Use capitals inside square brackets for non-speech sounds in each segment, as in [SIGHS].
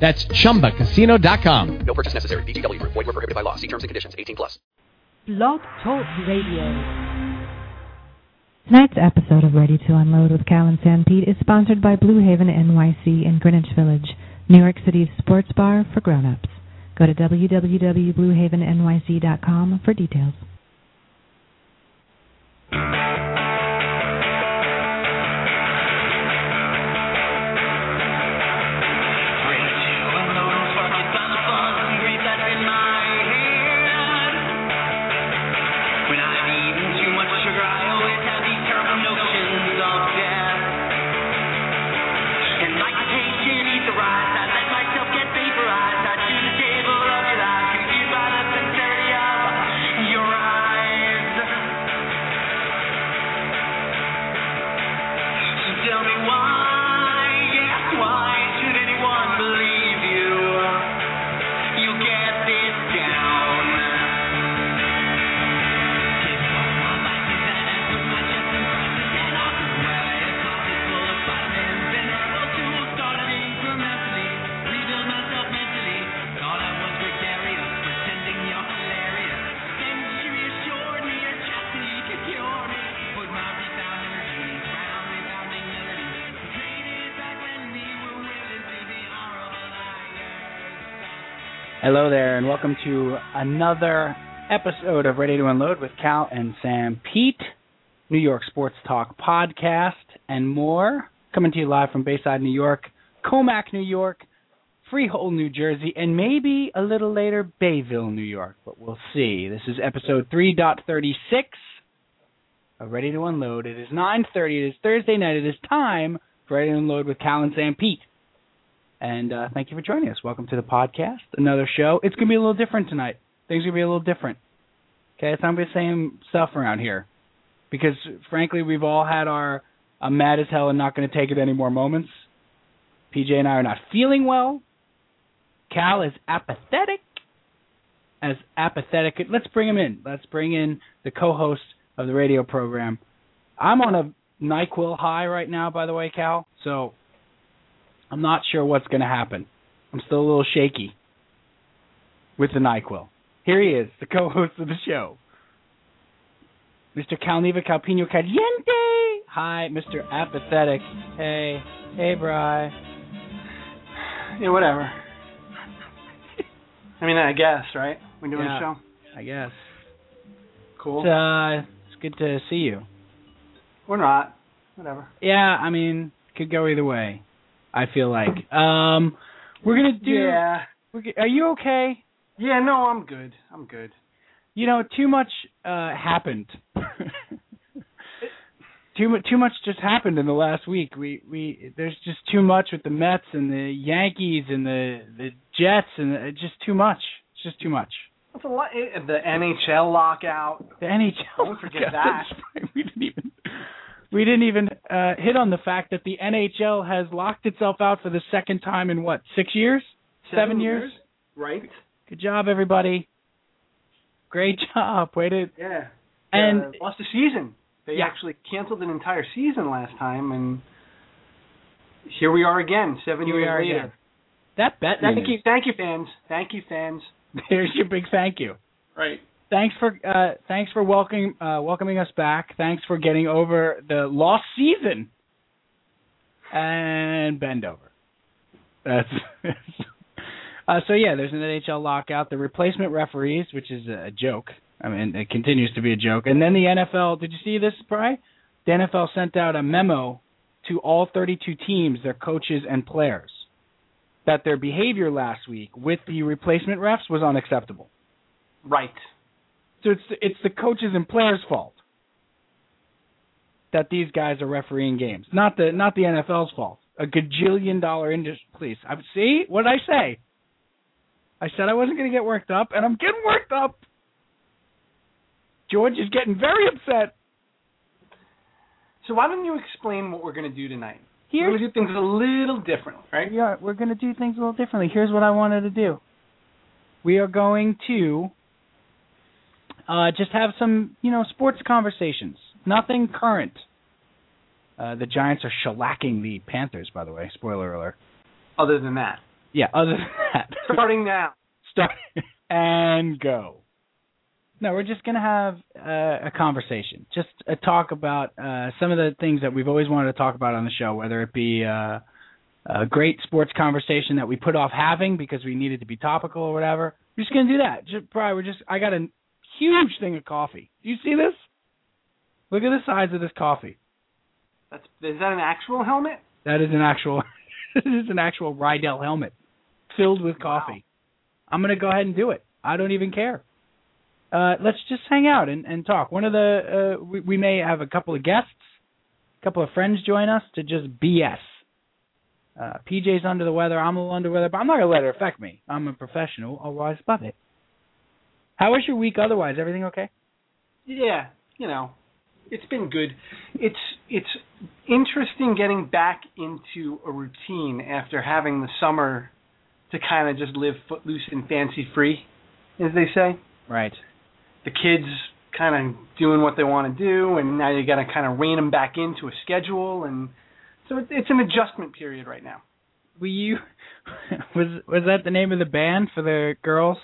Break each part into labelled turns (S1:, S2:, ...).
S1: That's ChumbaCasino.com.
S2: No purchase necessary. BGW. Void were prohibited by law. See terms and conditions. 18 plus.
S3: Blog Talk Radio. Tonight's episode of Ready to Unload with Cal and Sanpete is sponsored by Blue Haven NYC in Greenwich Village, New York City's sports bar for grown-ups. Go to www.bluehavennyc.com for details.
S4: Tell me why, yes, why should anyone believe you? You get this down.
S5: Hello there, and welcome to another episode of Ready to Unload with Cal and Sam Pete, New York Sports Talk podcast, and more. Coming to you live from Bayside, New York, Comac, New York, Freehold, New Jersey, and maybe a little later, Bayville, New York, but we'll see. This is episode 3.36 of Ready to Unload. It is 9.30, it is Thursday night, it is time for Ready to Unload with Cal and Sam Pete. And uh, thank you for joining us. Welcome to the podcast, another show. It's going to be a little different tonight. Things are going to be a little different. Okay, it's not going to be the same stuff around here. Because, frankly, we've all had our I'm mad as hell and not going to take it anymore moments. PJ and I are not feeling well. Cal is apathetic. As apathetic, let's bring him in. Let's bring in the co host of the radio program. I'm on a NyQuil high right now, by the way, Cal. So I'm not sure what's going to happen. I'm still a little shaky with the NyQuil. Here he is, the co-host of the show, Mr. Calneva Calpino Caliente. Hi, Mr. Apathetic. Hey, hey, Bry. Yeah, whatever.
S6: I mean, I guess, right? We doing
S5: Yeah.
S6: a show?
S5: I guess.
S6: Cool.
S5: It's, uh, it's good to see you.
S6: We're not. Whatever.
S5: Yeah, I mean, could go either way. I feel like. Um, we're gonna do.
S6: Yeah.
S5: We're, g- are you okay?
S6: Yeah, no, I'm good. I'm good.
S5: you know, too much uh
S6: [LAUGHS]
S5: happened. too much, too much just happened in the last week. We we there's just too much with the Mets and the Yankees and the the Jets and the, just too much. It's just too much.
S6: That's a lot. eh, The NHL lockout.
S5: The NHL. [LAUGHS]
S6: Don't forget that.
S5: we didn't even we didn't even uh hit on the fact that the NHL has locked itself out for the second time in what six years? Seven years?
S6: Right.
S5: Good job, everybody. Great job. Way to
S6: Yeah.
S5: and
S6: Uh, lost a season. They
S5: Yeah.
S6: actually canceled an entire season last time, and here we are again, seven
S5: Here we
S6: years
S5: are
S6: later.
S5: again. that bet.
S6: Thank you, thank you, fans. Thank you, fans.
S5: [LAUGHS] There's your big thank you.
S6: Right.
S5: Thanks for uh, thanks for welcoming uh, welcoming us back. Thanks for getting over the lost season. And bend over. That's. Uh, so yeah, there's an NHL lockout. The replacement referees, which is a joke. I mean, it continues to be a joke. And then the NFL. Did you see this, Bry? The NFL sent out a memo to all 32 teams, their coaches and players, that their behavior last week with the replacement refs was unacceptable.
S6: Right.
S5: So it's it's the coaches and players' fault that these guys are refereeing games, not the not the NFL's fault. A gajillion dollar industry. Please, I see what did I say. I said I wasn't going to get worked up, and I'm getting worked up. George is getting very upset.
S6: So why don't you explain what we're going to do tonight? We're
S5: Here's
S6: going to do things a little differently, right?
S5: yeah, we're going to do things a little differently. Here's what I wanted to do. We are going to uh, just have some, you know, sports conversations. Nothing current. Uh, the Giants are shellacking the Panthers, by the way. Spoiler alert.
S6: Other than that,
S5: Yeah, other than
S6: [LAUGHS]
S5: that.
S6: starting now.
S5: [LAUGHS] start and go. No, we're just going to have uh, a conversation, just a talk about uh, some of the things that we've always wanted to talk about on the show, whether it be uh, a great sports conversation that we put off having because we needed to be topical or whatever. We're just going to do that. Just, probably we're just. I got a huge thing of coffee. Do you see this? Look at the size of this coffee.
S6: That's is that an actual helmet?
S5: That is an actual [LAUGHS] this is an actual Rydell helmet filled with coffee. I'm gonna go ahead and do it. I don't even care. Uh, let's just hang out and, and talk. One of the uh, we, we may have a couple of guests, a couple of friends join us to just BS. Uh, PJ's under the weather. I'm a little under the weather, but I'm not gonna let it affect me. I'm a professional. I'll rise above it. How was your week? Otherwise, everything okay?
S6: Yeah, you know, it's been good. It's it's interesting getting back into a routine after having the summer to kind of just live footloose and fancy free, as they say.
S5: Right.
S6: the kids kind of doing what they want to do, and now you got to kind of rein them back into a schedule, and so it, it's an adjustment period right now.
S5: Were you [LAUGHS] was was that the name of the band for the girls?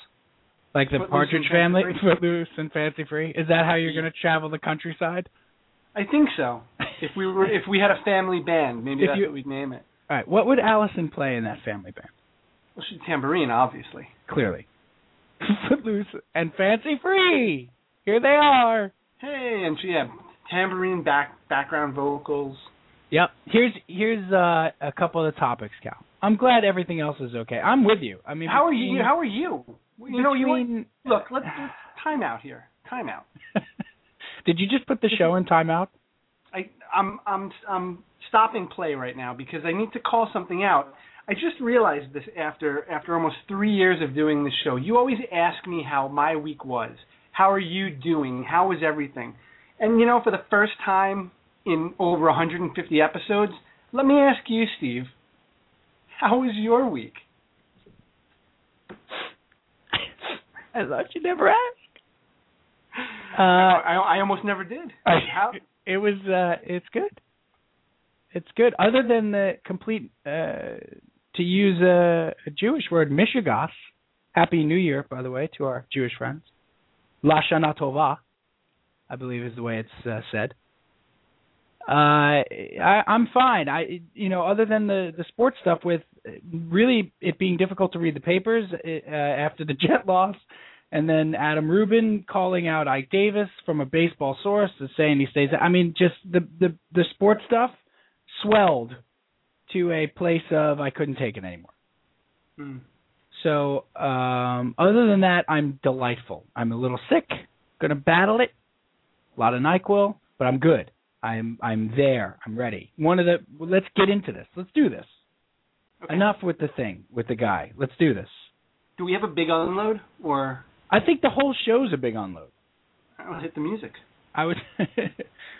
S5: Like the
S6: Footloose
S5: Partridge
S6: and
S5: Family,
S6: Fancy
S5: Footloose and Fancy Free. Is that how you're going to travel the countryside?
S6: I think so. If we were, if we had a family band, maybe
S5: If
S6: that's
S5: you-
S6: what we'd name it.
S5: [LAUGHS] All right, what would Allison play in that family band?
S6: Well, she's tambourine, obviously.
S5: Clearly, [LAUGHS] Footloose and Fancy Free. Here they are.
S6: Hey, and she had tambourine back background vocals.
S5: Yep. Here's here's uh, a couple of the topics, Cal. I'm glad everything else is okay. I'm with you. I mean,
S6: How are
S5: between-
S6: you? How are you? You know, you want,
S5: between-
S6: look. Let's, let's time out here. Time out.
S5: Did you just put the show in
S6: [LAUGHS]
S5: timeout?
S6: I, I'm I'm I'm stopping play right now because I need to call something out. I just realized this after after almost three years of doing this show. You always ask me how my week was. How are you doing? How was everything? And you know, for the first time in over 150 episodes, let me ask you, Steve, how was your week?
S5: I thought you never asked.
S6: I,
S5: Uh,
S6: I, I almost never did.
S5: I-
S6: How,
S5: it was. Uh, it's good. It's good. Other than the complete, uh, to use a, a Jewish word, mishigas. Happy New Year, by the way, to our Jewish friends. La Shana Tova, I believe is the way it's uh, said. Uh, I, I'm fine. I, you know, other than the the sports stuff, with uh, really it being difficult to read the papers uh, after the [LAUGHS] Jet loss, and then Adam Rubin calling out Ike Davis from a baseball source and saying he stays. I mean, just the the the sports stuff swelled to a place of I couldn't take it anymore.
S6: Hmm.
S5: So um, other than that, I'm delightful. I'm a little sick, gonna battle it. A lot of Nyquil, but I'm good. I'm I'm there. I'm ready. One of the well, let's get into this. Let's do this.
S6: Okay.
S5: Enough with the thing with the guy. Let's do this.
S6: Do we have a big unload, or
S5: I think the whole show's a big unload.
S6: I'll hit the music?
S5: I was. [LAUGHS]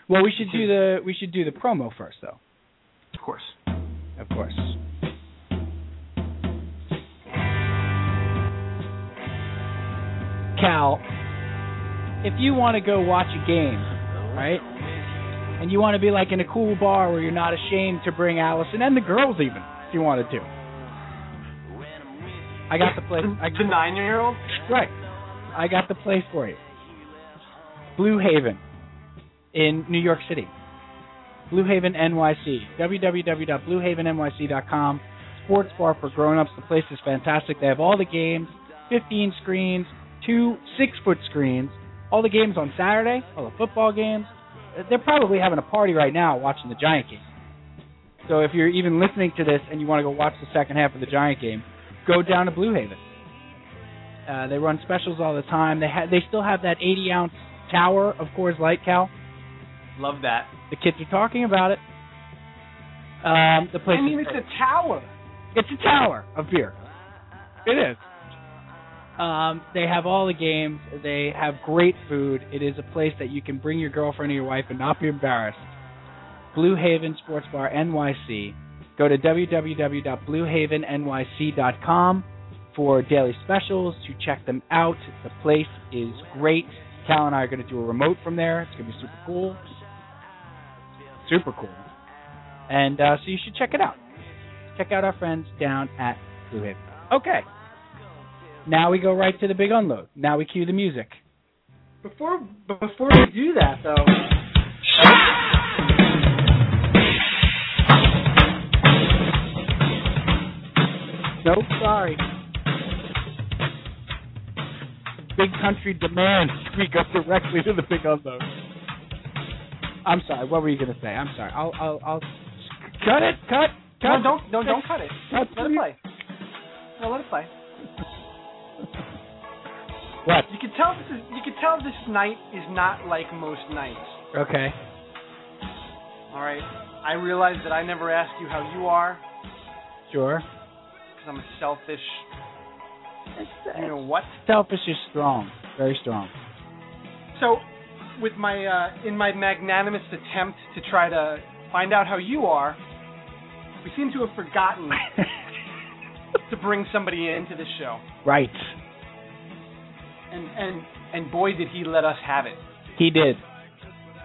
S5: well, we should do the we should do the promo first, though.
S6: Of course.
S5: Of course. Cal, if you want to go watch a game, right? And you want to be like in a cool bar where you're not ashamed to bring Allison and the girls even, if you wanted to. I got the place. I,
S6: [LAUGHS] the nine-year-old.
S5: Right. I got the place for you. Blue Haven in New York City. Blue Haven NYC. www.bluehavennyc.com. Sports bar for grown-ups. The place is fantastic. They have all the games, 15 screens, two 6-foot screens, all the games on Saturday, all the football games. They're probably having a party right now watching the Giant game. So if you're even listening to this and you want to go watch the second half of the Giant game, go down to Blue Haven. Uh, they run specials all the time. They ha- they still have that 80 ounce tower of Coors Light, Cal.
S6: Love that.
S5: The kids are talking about it. Um, the place
S6: I mean,
S5: is
S6: it's a tower.
S5: it's a tower of beer. It is. Um, they have all the games. They have great food. It is a place that you can bring your girlfriend or your wife and not be embarrassed. Blue Haven Sports Bar NYC. Go to www.bluehavennyc.com for daily specials to check them out. The place is great. Cal and I are going to do a remote from there. It's going to be super cool. Super cool. And uh, so you should check it out. Check out our friends down at Blue Haven. Okay. Now we go right to the big unload. Now we cue the music.
S6: Before before we do that though,
S5: Nope, sorry. Big country demands we go directly to the big unload. I'm sorry. What were you gonna say? I'm sorry. I'll I'll I'll cut it. Cut. Cut.
S6: no, don't no, don't cut it.
S5: Cut.
S6: Let it play. No, let it play.
S5: What?
S6: You can tell this is you can tell this night is not like most nights.
S5: Okay.
S6: All right. I realize that I never ask you how you are
S5: Sure.
S6: because I'm a selfish. You know what?
S5: Selfish is strong. Very strong. [LAUGHS]
S6: So, with my uh, in my magnanimous attempt to try to find out how you are, we seem to have
S5: [LAUGHS]
S6: forgotten to bring somebody into the show.
S5: right.
S6: And and and boy, did he let us have it.
S5: He did.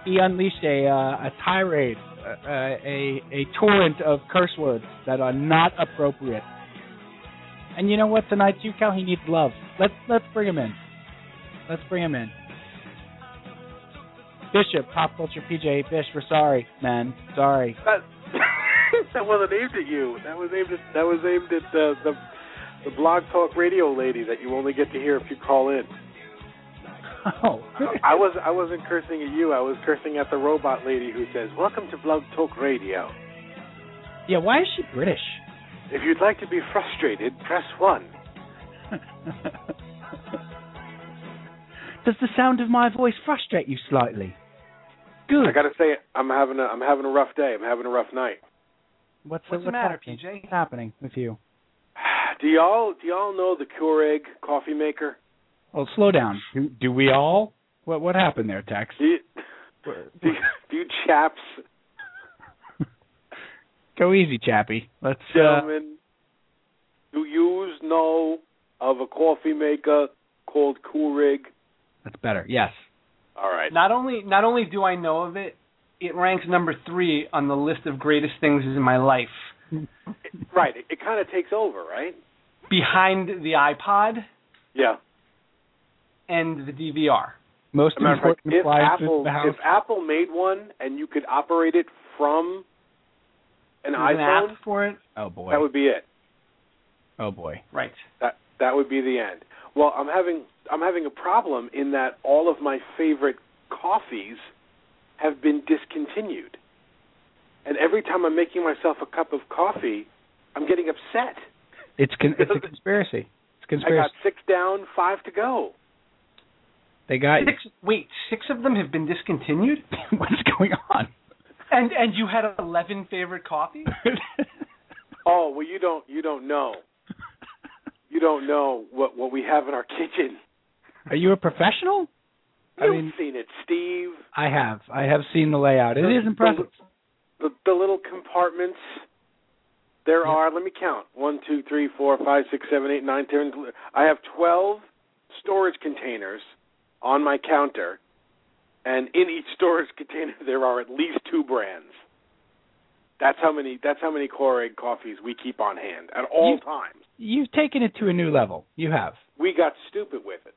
S5: He unleashed a uh, a tirade, uh, a a torrent of curse words that are not appropriate. And you know what? Tonight, too, Cal, he needs love. Let's let's bring him in. Let's bring him in. Bishop, pop culture, PJ Bish. We're sorry, man. Sorry. [LAUGHS]
S7: That, [LAUGHS] that wasn't aimed at you. That was aimed at that was aimed at the, the the blog talk radio lady that you only get to hear if you call in.
S5: Oh,
S7: I was I wasn't cursing at you. I was cursing at the robot lady who says, "Welcome to Blog Talk Radio.
S5: yeah. Why is she British? [LAUGHS]
S7: If you'd like to be frustrated, press one."
S5: Does the sound of my voice frustrate you slightly? Good.
S7: I gotta say, I'm having a I'm having a rough day. I'm having a rough night. [SIGHS]
S5: What's,
S6: What's the
S5: what's
S6: matter,
S5: happening?
S6: PJ?
S5: What's happening with you?
S7: Do y'all do y'all know the Keurig coffee maker?
S5: Well, slow down. Do, do we all? What what happened there,
S7: [LAUGHS]
S5: Tex?
S7: Do you, do you, do you chaps,
S5: Go easy, Chappie. Let's. Uh,
S7: gentlemen, do you know of a coffee maker called Keurig?
S5: that's better. Yes.
S7: All right.
S6: Not only not only do I know of it, it ranks number three on the list of greatest things in my life,
S7: Right. It, it kind of takes over, right?
S6: behind the iPod
S7: Yeah.
S6: and the DVR.
S5: Most
S7: As a matter of fact,
S5: important
S7: if
S5: appliances
S7: Apple
S5: in the house. [LAUGHS]
S7: if Apple made one and you could operate it from an
S6: There's an
S7: iPhone,
S6: app for it,
S5: oh boy.
S7: that would be it.
S5: oh boy.
S6: right?
S7: That that would be the end. Well, I'm having I'm having a problem in that all of my favorite coffees have been discontinued. And every time I'm making myself a cup of coffee, I'm getting upset.
S5: It's con- it's
S7: [LAUGHS]
S5: a conspiracy. It's a
S7: I got
S5: conspiracy.
S7: six down, five to go.
S5: they got you.
S6: Six, wait, six of them have been discontinued,
S5: [LAUGHS] What's going on?
S6: and and you had eleven favorite coffees.
S7: Oh well, you don't you don't know. You don't know what what we have in our kitchen.
S5: Are you a professional? I
S7: You've
S5: mean-
S7: seen it, Steve.
S5: I have. I have seen the layout. It is impressive.
S7: The, the little compartments. There are. Let me count. One, two, three, four, five, six, seven, eight, nine, ten. I have twelve storage containers on my counter, and in each storage container there are at least two brands. That's how many. That's how many Keurig coffees we keep on hand at all
S5: You-
S7: times.
S5: You've taken it to a new level. You have. [LAUGHS]
S7: We got stupid with it.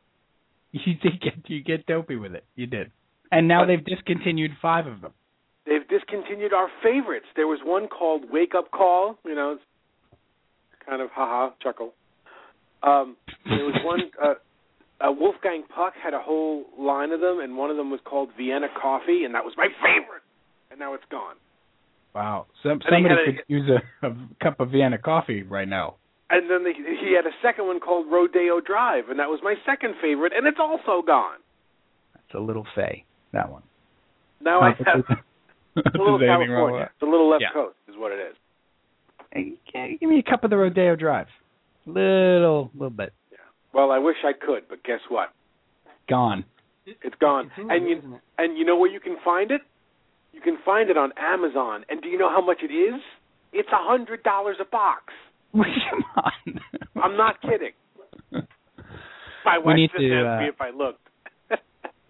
S5: You did get you get dopey with it. You did. And now they've discontinued five of them.
S7: they've discontinued our favorites. There was one called Wake Up Call, you know, it's kind of haha chuckle. Um, there was one. Uh, uh, Wolfgang Puck had a whole line of them, and one of them was called Vienna Coffee, and that was my favorite. And now it's gone.
S5: Wow. Some,
S7: I think
S5: somebody
S7: had a-
S5: could use a, a cup of Vienna coffee right now.
S7: And then they, he had a second one called Rodeo Drive, and that was my second favorite, and it's also gone.
S5: That's a little fey, that one.
S7: Now [LAUGHS] I
S5: Not that
S7: have
S5: there's-
S7: Oh, it's a little
S5: [LAUGHS] there's anything wrong with
S7: California, the little left
S5: Yeah.
S7: coast is what it is.
S5: that. Hey, g- Give me a cup of the Rodeo Drive. Little, little bit.
S7: Well, I wish I could, but guess what?
S5: Gone. [LAUGHS]
S7: It's gone.
S6: It's in
S7: and
S6: there,
S7: you
S6: isn't it?
S7: and you know where you can find it? You can find it on Amazon. And do you know how much it is? It's a hundred dollars a box.
S5: Come on.
S7: I'm not kidding. [LAUGHS] My
S5: We
S7: wife
S5: need
S7: just
S5: to,
S7: asked
S5: uh,
S7: me if I looked.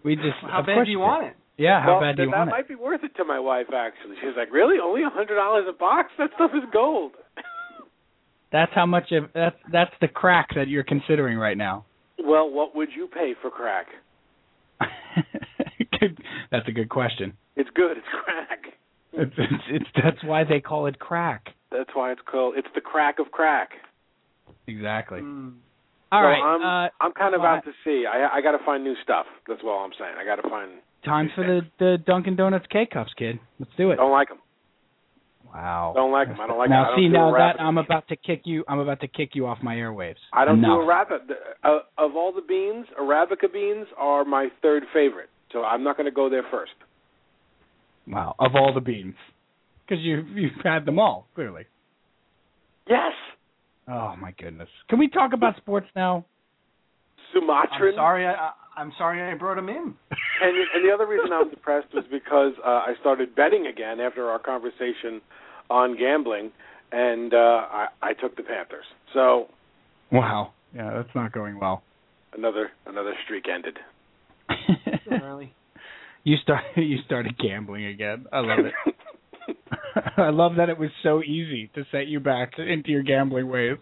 S5: We just.
S6: How
S5: of
S6: bad
S5: course
S6: do you want it?
S5: Yeah. How
S7: well,
S5: bad do
S7: that,
S5: you
S7: that
S5: want
S7: might be worth it to my wife. Actually, she's like, "Really? Only a hundred dollars a box? That stuff is gold."
S5: it? That's how much of that's that's the crack that you're considering right now.
S7: [LAUGHS]
S5: [LAUGHS]
S7: well, what would you pay for crack?
S5: Good- that's a good question.
S7: It's good. It's crack.
S5: It's, it's, it's that's why they call it crack.
S7: That's why it's called. It's the crack of crack.
S5: Exactly.
S6: Mm.
S5: All
S7: Well,
S5: right.
S7: I'm,
S5: uh,
S7: I'm kind of
S5: well,
S7: out to sea. I I got to find new stuff. That's all I'm saying. I got to find.
S5: time for the the Dunkin' Donuts K cups, kid. Let's do it.
S7: Don't like them.
S5: Wow.
S7: Don't like 'em. I don't like
S5: now
S7: it. I don't
S5: see
S7: do
S5: now
S7: a
S5: that
S7: rabbit.
S5: I'm about to kick you. I'm about to kick you off my airwaves.
S7: I don't
S5: Enough.
S7: do arabica. The- Uh, of all the beans, arabica beans are my third favorite. So I'm not going to go there first.
S5: Wow. Of all the beans, because you you've had them all clearly.
S7: Yes,
S5: Oh my goodness. Can we talk about sports now?
S7: Sumatran.
S6: I'm sorry. I, I- I'm sorry. I brought him in.
S7: And, and the other reason I'm depressed was because uh, I started betting again after our conversation on gambling, and uh, I, I took the Panthers. So
S5: Wow. Yeah, that's not going well.
S7: another another streak ended.
S6: Still early.
S5: [LAUGHS] you start [LAUGHS] you started gambling again. I love it. [LAUGHS] I love that it was so easy to set you back into your gambling ways.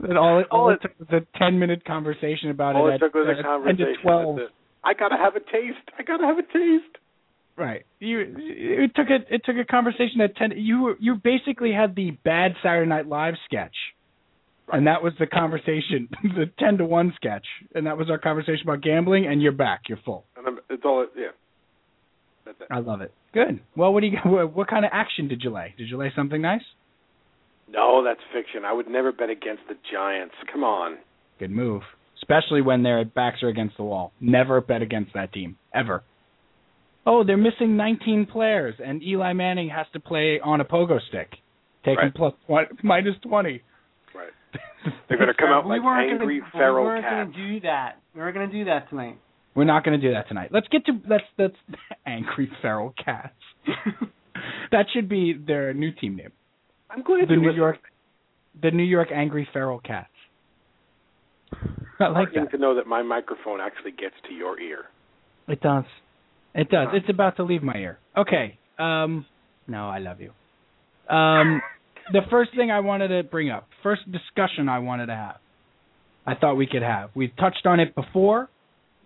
S5: That all it, all
S7: All
S5: it took was a ten minute conversation about
S7: [LAUGHS] All
S5: it.
S7: it
S5: at-
S7: took was
S5: at
S7: a
S5: 10
S7: conversation.
S5: to twelve.
S7: That's it. I gotta have a taste. I gotta have a taste.
S5: Right. You it took a it took a conversation at ten. You were- you basically had the bad Saturday Night Live sketch, and that was the conversation, [LAUGHS] the ten to one sketch, and that was our conversation about gambling. And you're back. You're full.
S7: And I'm, it's all. Yeah. That's it.
S5: I love it. Good. Well, what do you [LAUGHS] what, what kind of action did you lay? Did you lay something nice?
S7: No, that's fiction. I would never bet against the Giants. Come on.
S5: Good move. Especially when their backs are against the wall. Never bet against that team ever. Oh, they're missing 19 players, and Eli Manning has to play on a pogo stick, taking
S7: Right.
S5: plus one, minus 20.
S7: Right. They're gonna come out
S6: we
S7: like
S6: weren't
S7: angry
S6: gonna, We
S7: feral
S6: weren't
S7: cats.
S6: gonna do that. We were gonna do that tonight.
S5: We're not going to do that tonight. Let's get to let's [LAUGHS] that's angry feral
S7: [LAUGHS]
S5: cats. that should be their new team name.
S7: I'm glad
S5: The
S7: you
S5: New
S7: listened.
S5: York the New York Angry Feral Cats. I like
S7: Heartening
S5: that.
S7: to know that my microphone actually gets to your ear.
S5: It does. It does. It's about to leave my ear. Okay. Um no, I love you. Um the first thing I wanted to bring up, first discussion I wanted to have. I thought we could have. We touched on it before.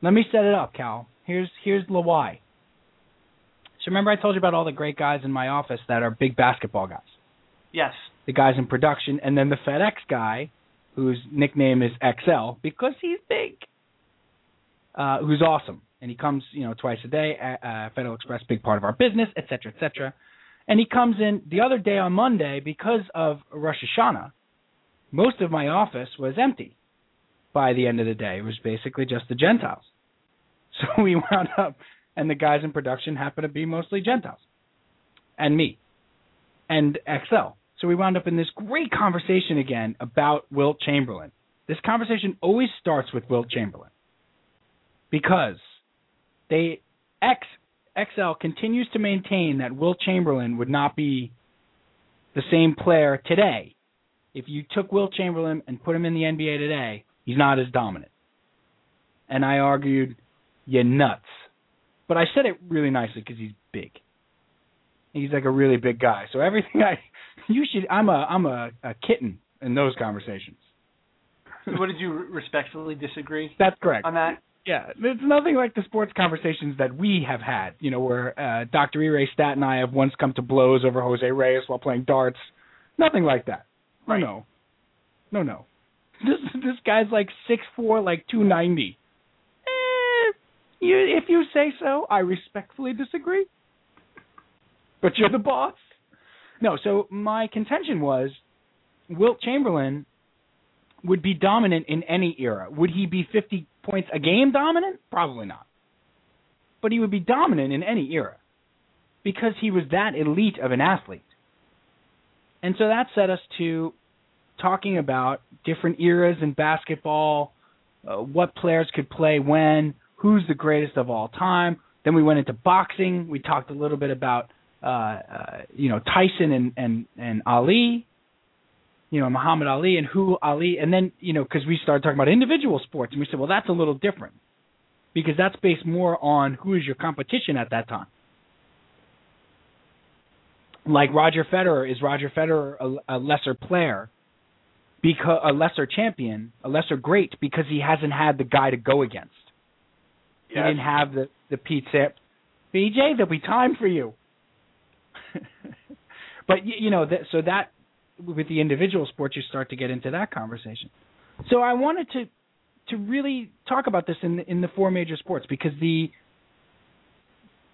S5: Let me set it up, Cal. Here's here's the why. So remember I told you about all the great guys in my office that are big basketball guys.
S7: [LAUGHS]
S6: Yes.
S5: The guys in production and then the FedEx guy whose nickname is XL because he's big uh, who's awesome, and he comes, you know, twice a day. At, uh, Federal Express, big part of our business, et cetera, et cetera. And he comes in the other day on Monday because of Rosh Hashanah. Most of my office was empty by the end of the day. It was basically just the Gentiles. [LAUGHS] So we wound up, and the guys in production happened to be mostly Gentiles, and me, and XL. So we wound up in this great conversation again about Wilt Chamberlain. This conversation always starts with Wilt Chamberlain because they X XL continues to maintain that Will Chamberlain would not be the same player today. If you took Will Chamberlain and put him in the NBA today, he's not as dominant. And I argued, "You nuts." But I said it really nicely cuz he's big. He's like a really big guy. So everything [LAUGHS] I you should I'm a I'm a, a kitten in those conversations.
S6: So what did you re- respectfully disagree
S5: That's correct.
S6: on that?
S5: Yeah, it's nothing like the sports conversations that we have had. You know, where uh, Dr. E. Ray Stat and I have once come to blows over Jose Reyes while playing darts. Nothing like that. No,
S6: Right.
S5: No, no, no. [LAUGHS] This this guy's like six four, like two ninety. Eh, you, if you say so, I respectfully disagree. But you're the boss. No, so my contention was, Wilt Chamberlain would be dominant in any era. Would he be 50 points a game dominant? Probably not. But he would be dominant in any era because he was that elite of an athlete. And so that set us to talking about different eras in basketball, uh, what players could play when, who's the greatest of all time. Then we went into boxing. We talked a little bit about uh, uh, you know Tyson and and and Ali, you know Muhammad Ali and who Ali, and then you know because we started talking about individual sports and we said well that's a little different because that's based more on who is your competition at that time. Like Roger Federer, is Roger Federer a, a lesser player, because a lesser champion, a lesser great because he hasn't had the guy to go against. He
S7: Yes.
S5: didn't have the the Pete Sapp. BJ, there'll be time for you. but you, you know, that, so that with the individual sports, you start to get into that conversation. So I wanted to to really talk about this in the, in the four major sports because the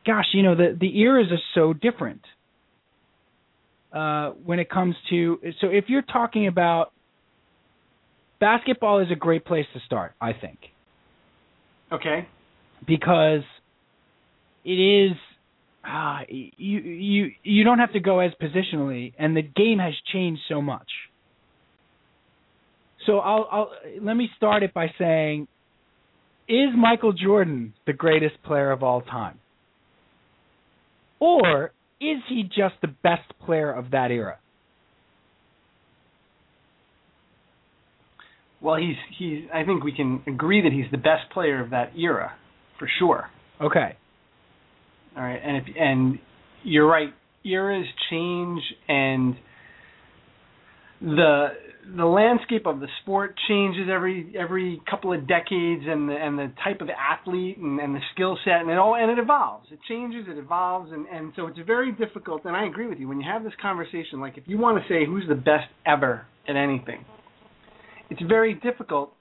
S5: gosh, you know, the the eras are so different uh, when it comes to. So if you're talking about basketball, is a great place to start, I think
S6: Okay.
S5: because it is uh, you you you don't have to go as positionally, and the game has changed so much. So I'll, I'll let me start it by saying, is Michael Jordan the greatest player of all time, or is he just the best player of that era?
S6: Well, he's he's. I think we can agree that he's the best player of that era, for sure.
S5: Okay,
S6: All right, and if and you're right, eras change and the the landscape of the sport changes every every couple of decades and the and the type of athlete and, and the skill set and it all and it evolves. It changes, it evolves and, and so it's very difficult and I agree with you when you have this conversation, like if you want to say who's the best ever at anything, it's very difficult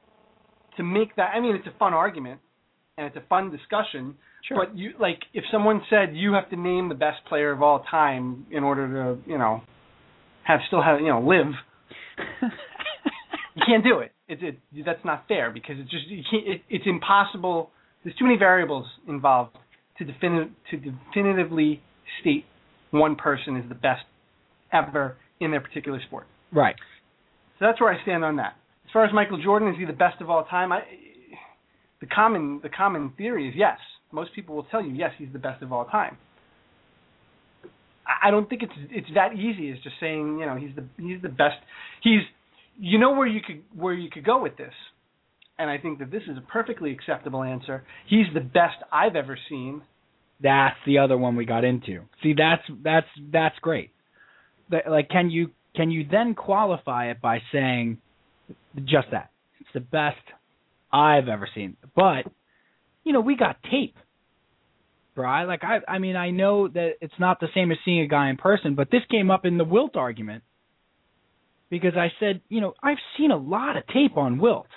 S6: to make that I mean it's a fun argument and it's a fun discussion
S5: sure.
S6: but you like if someone said you have to name the best player of all time in order to you know have still have you know live, you can't do it. It's it that's not fair because it's just you can't, it, it's impossible. There's too many variables involved to defini- to definitively state one person is the best ever in their particular sport.
S5: right.
S6: So that's where I stand on that. As far as Michael Jordan, is he the best of all time? I, the common the common theory is yes. Most people will tell you yes, he's the best of all time. I I don't think it's it's that easy as just saying you know he's the he's the best. He's you know where you could where you could go with this, and I think that this is a perfectly acceptable answer. He's the best I've ever seen.
S5: That's the other one we got into. See, that's that's that's great. But, like, can you can you then qualify it by saying just that it's the best I've ever seen? But you know, we got tape, Bry. Like, I I mean, I know that it's not the same as seeing a guy in person, but this came up in the Wilt argument because I said, you know, I've seen a lot of tape on Wilt.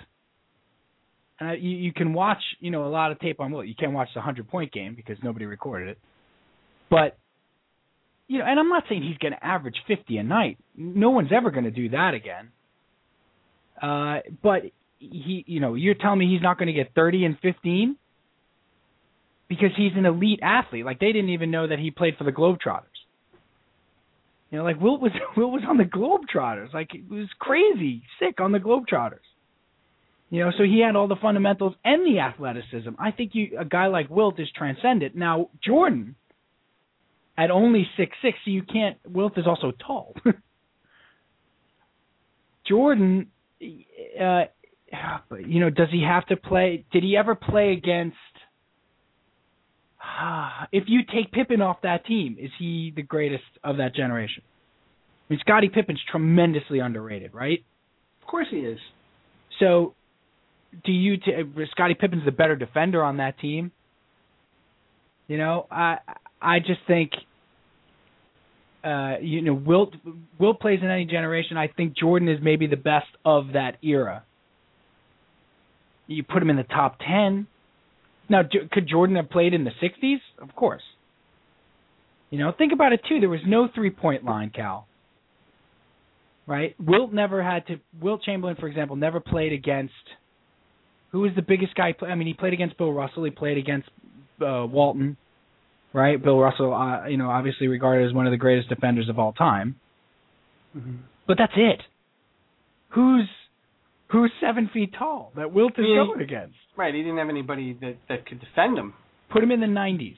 S5: And I, you, you can watch, you know, a lot of tape on Wilt. You can't watch the hundred point game because nobody recorded it. But you know, and I'm not saying he's going to average 50 a night. No one's ever going to do that again. Uh, but he, you know, you're telling me he's not going to get 30 and 15 because he's an elite athlete. Like they didn't even know that he played for the Globetrotters. You know, like Wilt was [LAUGHS] Wilt was on the Globetrotters. Like it was crazy, sick on the Globetrotters. You know, so he had all the fundamentals and the athleticism. I think you a guy like Wilt is transcendent. Now Jordan, at only six six, you can't. Wilt is also tall. [LAUGHS] Jordan, uh, but, you know, does he have to play? Did he ever play against? [SIGHS] if you take Pippen off that team, is he the greatest of that generation? I mean, Scottie Pippen's tremendously underrated, right?
S6: Of course he is.
S5: So, do you? T- uh, Scottie Pippen's the better defender on that team. You know, I I just think, uh, you know, Wilt Wilt plays in any generation. I think Jordan is maybe the best of that era. You put him in the top ten. Now, J- could Jordan have played in the '60s? Of course. You know, think about it too. There was no three-point line, Cal right? Wilt never had to. Wilt Chamberlain, for example, never played against. Who was the biggest guy? he play- I mean, he played against Bill Russell. He played against uh, Walton, right? Bill Russell, uh, you know, obviously regarded as one of the greatest defenders of all time. But that's it. Who's who's seven feet tall that Wilt is
S6: Yeah.
S5: going against.
S6: Right, he didn't have anybody that that could defend him.
S5: Put him in the 90s.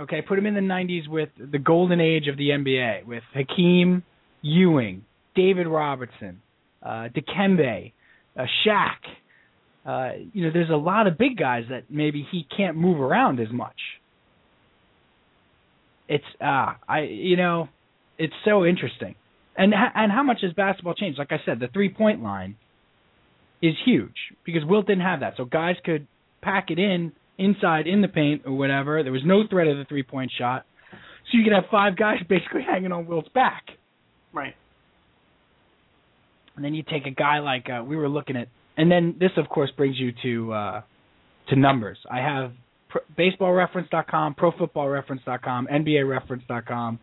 S5: Okay, put him in the 90s with the golden age of the NBA with Hakeem Ewing, David Robertson, uh, Dikembe, uh, Shaq. Uh, you know, there's a lot of big guys that maybe he can't move around as much. It's uh, I you know, it's so interesting. And h- and how much has basketball changed? Like I said, the three point line is huge because Wilt didn't have that, so guys could pack it in inside in the paint or whatever. There was no threat of the three point shot, so you could have five guys [LAUGHS] basically hanging on Wilt's back.
S6: Right.
S5: And then you take a guy like uh, we were looking at, and then this of course brings you to uh, to numbers. I have pr- baseballreference.com, profootballreference.com, NBAreference.com,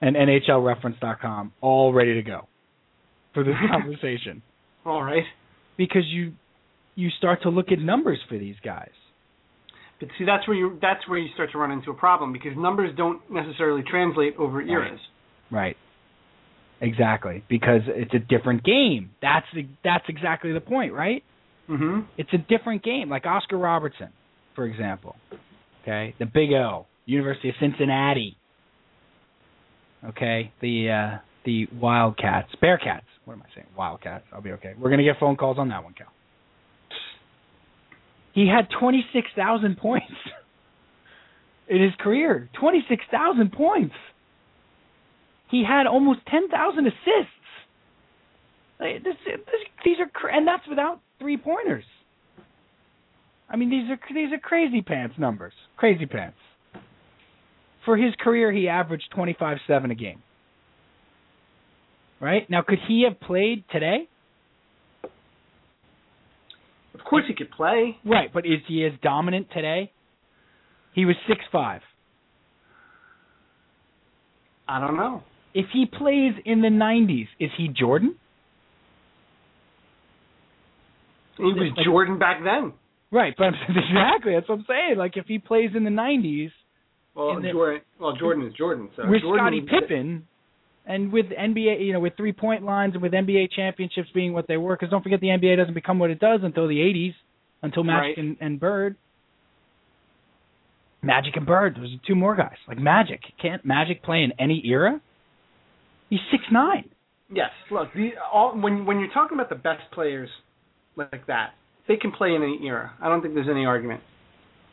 S5: and NHLreference.com all ready to go for this conversation
S6: All right.
S5: because you you start to look at numbers for these guys.
S6: But see, that's where you that's where you start to run into a problem because numbers don't necessarily translate over eras.
S5: Right. Exactly, because it's a different game. That's the, that's exactly the point, right?
S6: hmm
S5: it's a different game. Like Oscar Robertson, for example. Okay, the Big O, University of Cincinnati. Okay, the uh, the Wildcats, Bearcats. What am I saying? Wildcats. I'll be okay. We're gonna get phone calls on that one, Cal. He had twenty six thousand points [LAUGHS] in his career. Twenty six thousand points. He had almost ten thousand assists. Like, this, this, these are cra- and that's without three pointers. I mean, these are these are crazy pants numbers. Crazy pants. For his career, he averaged twenty five seven a game. Right now, could he have played today?
S6: Of course, he could play.
S5: Right, but is he as dominant today? He was six five.
S6: I don't know.
S5: If he plays in the nineties, is he Jordan?
S6: He was
S5: Like-
S6: Jordan back then.
S5: Right, but I'm, [LAUGHS] exactly that's what I'm saying. Like if he plays in the nineties,
S6: Well,
S5: And the-
S6: Jordan. Well, Jordan is Jordan. So
S5: with
S6: Jordan
S5: Scottie
S6: was-
S5: Pippen and with NBA, you know, with three point lines and with NBA championships being what they were, because don't forget the NBA doesn't become what it does until the 80s, until Magic
S6: Right.
S5: and, and Bird. Magic and Bird, those are two more guys. Like Magic, can't Magic play in any era? He's six nine.
S6: Yes. Look, the, all, when when you're talking about the best players like that, they can play in any era. I don't think there's any argument.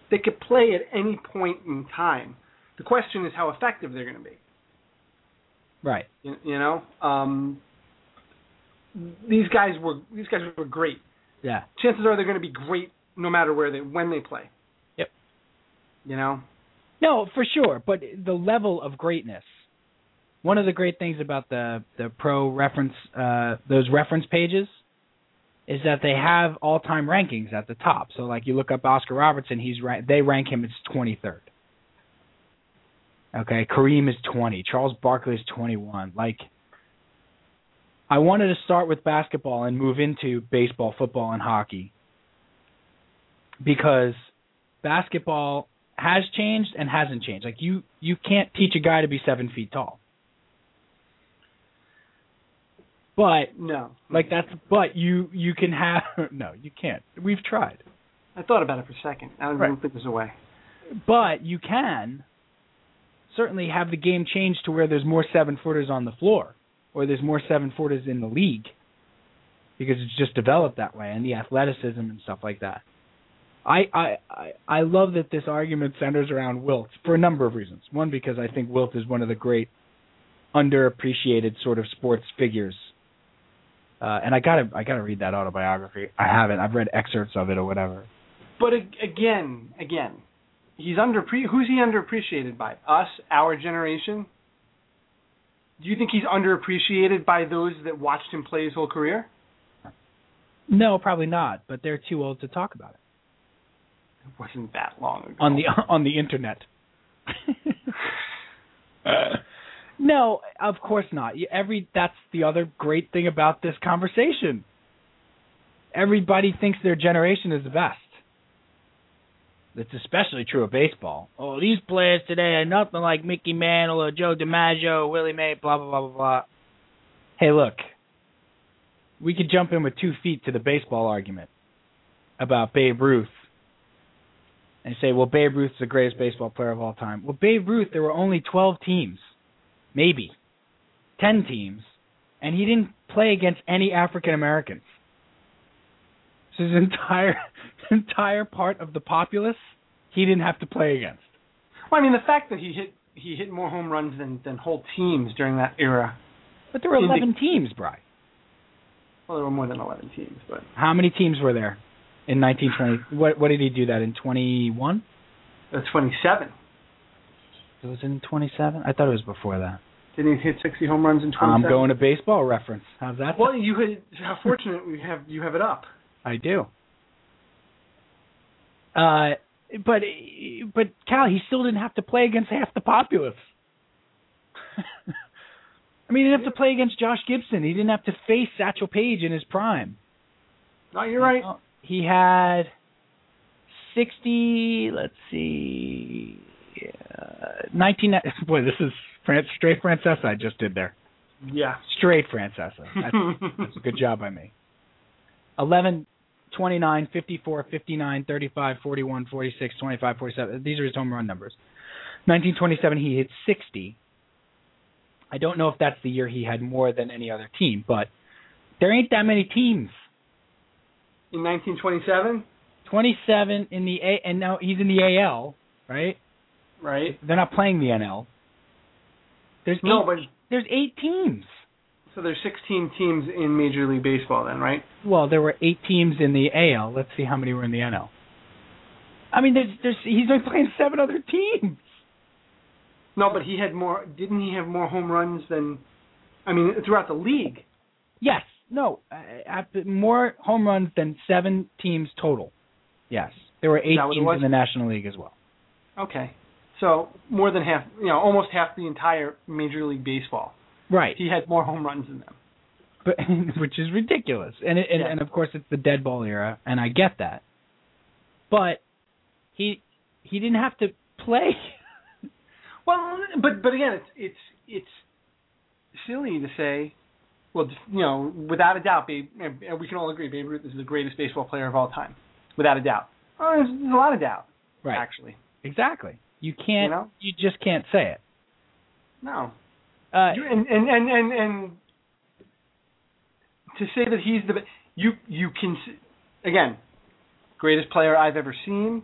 S6: They could play at any point in time. The question is how effective they're going to be.
S5: Right.
S6: You, you know, um, these guys were these guys were great.
S5: Yeah.
S6: Chances are they're going to be great no matter where they when they play.
S5: Yep.
S6: You know.
S5: No, for sure. But the level of greatness. One of the great things about the the pro reference uh, those reference pages is that they have all time rankings at the top. So like you look up Oscar Robertson, he's ra- they rank him as twenty third. Okay, Kareem is twenty. Charles Barkley is twenty one. Like. I wanted to start with basketball and move into baseball, football, and hockey because basketball has changed and hasn't changed. Like you, you can't teach a guy to be seven feet tall. But
S6: No.
S5: like that's but you you can have [LAUGHS] no you can't. We've tried.
S6: I thought about it for a second. I don't even
S5: Right.
S6: think there's a way.
S5: But you can certainly have the game change to where there's more seven footers on the floor or there's more seven footers in the league because it's just developed that way and the athleticism and stuff like that. I, I I I love that this argument centers around Wilt for a number of reasons. One because I think Wilt is one of the great underappreciated sort of sports figures. Uh, and I gotta I gotta read that autobiography. I haven't. I've read excerpts of it or whatever.
S6: But ag- again, again, he's under who's he underappreciated by? Us, our generation? Do you think he's underappreciated by those that watched him play his whole career?
S5: No, probably not. But they're too old to talk about it.
S6: It wasn't that long ago.
S5: on the on the internet. Uh, no, of course not. You- Every that's the other great thing about this conversation. Everybody thinks their generation is the best. That's especially true of baseball. Oh, these players today are nothing like Mickey Mantle or Joe DiMaggio, Willie May, blah blah blah blah blah. Hey, look, we could jump in with two feet to the baseball argument about Babe Ruth and say, well, Babe Ruth's the greatest baseball player of all time. Well, Babe Ruth, there were only 12 teams, maybe 10 teams, and he didn't play against any African Americans. So his [LAUGHS] entire entire part of the populace, he didn't have to play against.
S6: Well, I mean, the fact that he hit he hit more home runs than than whole teams during that era.
S5: But there were
S6: Indeed.
S5: 11 teams, Bry.
S6: Well, there were more than eleven teams, but
S5: How many teams were there in 1920? What what did he do that in 21?
S6: uh, twenty-seven.
S5: It was in 27. I thought it was before that.
S6: Didn't he hit sixty home runs in 27
S5: I'm going to baseball reference. How's that?
S6: Well, you had, how fortunate we have you have it up.
S5: I do. Uh, but but Cal, he still didn't have to play against half the populace. [LAUGHS] I mean, he didn't have to play against Josh Gibson. He didn't have to face Satchel Paige in his prime.
S6: No, you're right.
S5: Oh, He had 60, let's see, uh, 19, [LAUGHS] boy, this is Fran straight Francesa I just did there.
S6: Yeah. [LAUGHS]
S5: Straight Francesa. That's, that's a good job by me. 11, 29, 54, 59, 35, 41, 46, 25, 47. These are his home run numbers. 1927, he hit 60. I don't know if that's the year he had more than any other team, but there ain't that many teams.
S6: In 1927,
S5: 27 in the A, and now he's in the AL, right?
S6: right?
S5: They're not playing the NL. There's eight,
S6: No, but
S5: there's eight teams.
S6: so there's 16 teams in Major League Baseball then, right?
S5: Well, there were eight teams in the AL. Let's see how many were in the NL. I mean, there's there's he's only playing seven other teams.
S6: No, but he had more. Didn't he have more home runs than? I mean, throughout the league.
S5: Yes, no, I, I, more home runs than seven teams total. Yes, there were eight
S6: that what it
S5: teams
S6: was?
S5: in the National League as well.
S6: Okay. So more than half, you know, almost half the entire Major League Baseball.
S5: Right.
S6: He had more home runs than them.
S5: [LAUGHS] but which is ridiculous. And it, and,
S6: Yeah.
S5: and of course it's the dead ball era, and I get that. But he he didn't have to play. [LAUGHS]
S6: Well, but but again, it's it's it's silly to say. Well, you know, without a doubt, Babe, and we can all agree, Babe Ruth is the greatest baseball player of all time, without a doubt. Oh, there's, there's a lot of doubt, actually.
S5: Exactly. You can't. You,
S6: You know?
S5: just can't say it.
S6: No,
S5: Uh,
S6: You- and, and and and and to say that he's the be- you you can s- again greatest player I've ever seen,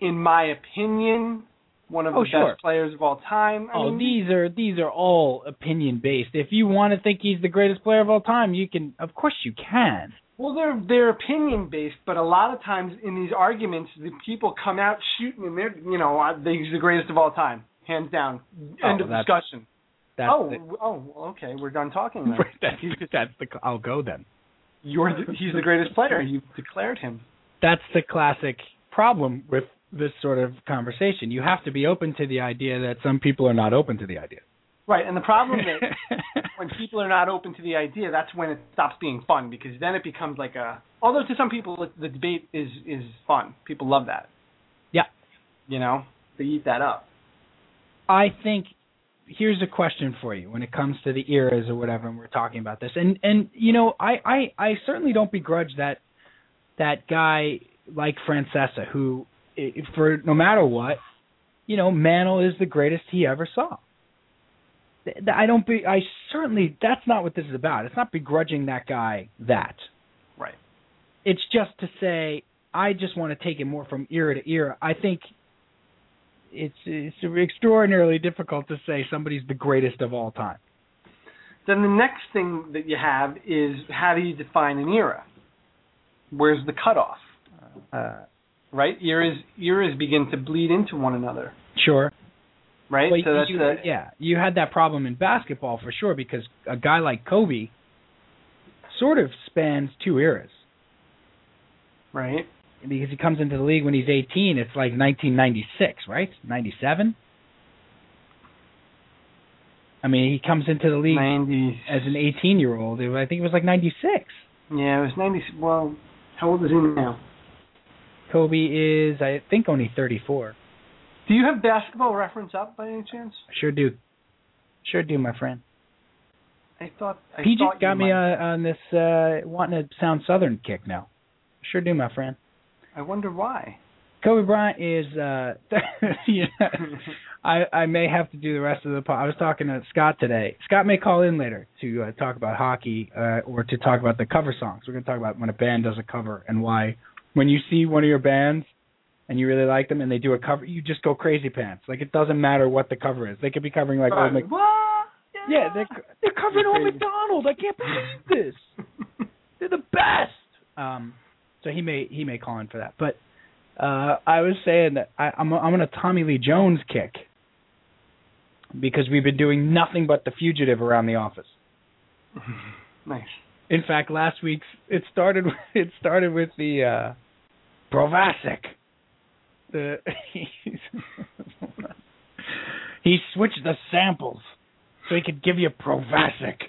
S6: in my opinion, one of
S5: Oh,
S6: the
S5: sure.
S6: best players of all time. I
S5: oh,
S6: mean,
S5: these are these are all opinion based. If you want to think he's the greatest player of all time, you can. Of course, you can.
S6: Well, they're they're opinion based, but a lot of times in these arguments, the people come out shooting, and they're you know uh, he's the greatest of all time, hands down. End of
S5: Oh, that's-
S6: discussion.
S5: That's
S6: Oh,
S5: the,
S6: w- oh, well, okay, we're done talking. Then.
S5: right, [LAUGHS] that's, that's the. I'll go then.
S6: You're the, he's the greatest player. You declared him.
S5: that's the classic problem with this sort of conversation. You have to be open to the idea that some people are not open to the idea.
S6: Right, and the
S5: [LAUGHS]
S6: problem is when people are not open to the idea, that's when it stops being fun because then it becomes like a. Although to some people, it- the debate is is fun. People love that.
S5: Yeah.
S6: You know, they eat that up.
S5: I think here's a question for you when it comes to the eras or whatever and we're talking about this. And and you know, I I I certainly don't begrudge that that guy like Francesa who i- for no matter what, you know, Mantle is the greatest he ever saw. Th- th- I don't be I certainly that's not what this is about. It's not begrudging that guy that.
S6: Right.
S5: It's just to say I just want to take it more from era to era. I think it's it's extraordinarily difficult to say somebody's the greatest of all time.
S6: Then the next thing that you have is how do you define an era? Where's the cutoff?
S5: Uh,
S6: Right? Eras eras begin to bleed into one another.
S5: sure.
S6: Right?
S5: But
S6: so that's
S5: you,
S6: the,
S5: yeah, you had that problem in basketball for sure because a guy like Kobe sort of spans two eras
S6: right.
S5: because he comes into the league when he's 18. It's like 1996, right? 97. I mean, he comes into the league
S6: Ninety
S5: as an 18 year old. I think it was like 96.
S6: Yeah, it was ninety well, how old is he now?
S5: Kobe is, I think, only 34.
S6: Do you have basketball reference up by any chance?
S5: Sure do. Sure do, my friend.
S6: I thought. I
S5: He
S6: thought
S5: just got
S6: you
S5: me
S6: might.
S5: on, on this uh wanting to sound southern kick now. Sure do, my friend.
S6: I wonder why.
S5: Kobe Bryant is uh [LAUGHS] yeah,
S6: [LAUGHS]
S5: I I may have to do the rest of the pod. I was talking to Scott today. Scott may call in later to uh, talk about hockey uh or to talk about the cover songs. We're going to talk about when a band does a cover and why when you see one of your bands and you really like them and they do a cover, you just go crazy pants. Like it doesn't matter what the cover is. They could be covering like Old Mc-
S6: what?
S5: Yeah, they're they're covering Old
S6: Crazy.
S5: McDonald. I can't believe this. They're the best. Um, so he may he may call in for that. But uh, I was saying that I, I'm I'm on a Tommy Lee Jones kick because we've been doing nothing but the fugitive around the office.
S6: [LAUGHS] nice.
S5: In fact, last week's it started [LAUGHS] with- it started with the uh, Provasic. The [LAUGHS] he switched the samples so he could give you Provasic.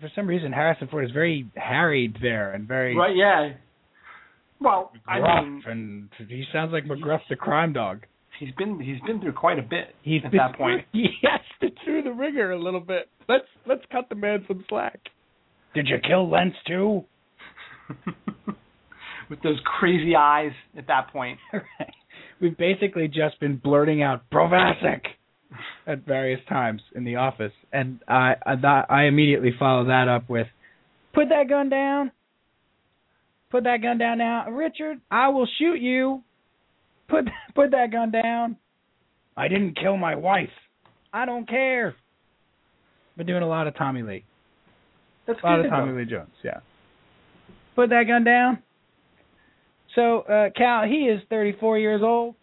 S5: For some reason, Harrison Ford is very harried there and very
S6: Right? Yeah. Well, I
S5: gruff,
S6: mean,
S5: and he sounds like McGruff the crime dog.
S6: he's been he's been through quite a bit
S5: He's
S6: [LAUGHS] at
S5: been-
S6: that
S5: [LAUGHS]
S6: point.
S5: he has to chew the ringer a little bit. Let's let's cut the man some slack. Did you kill Lentz too?
S6: With those crazy eyes at that point.
S5: [LAUGHS] Right. We've basically just been blurting out Provasic at various times in the office, and I I, that, I immediately follow that up with, "Put that gun down. Put that gun down now, Richard. I will shoot you. Put [LAUGHS] put that gun down. I didn't kill my wife. I don't care." Been doing a lot of Tommy Lee,
S6: That's
S5: [LAUGHS] a lot
S6: good.
S5: of
S6: though.
S5: Tommy Lee Jones. Yeah. Put that gun down. So uh, Cal, he is 34 years old.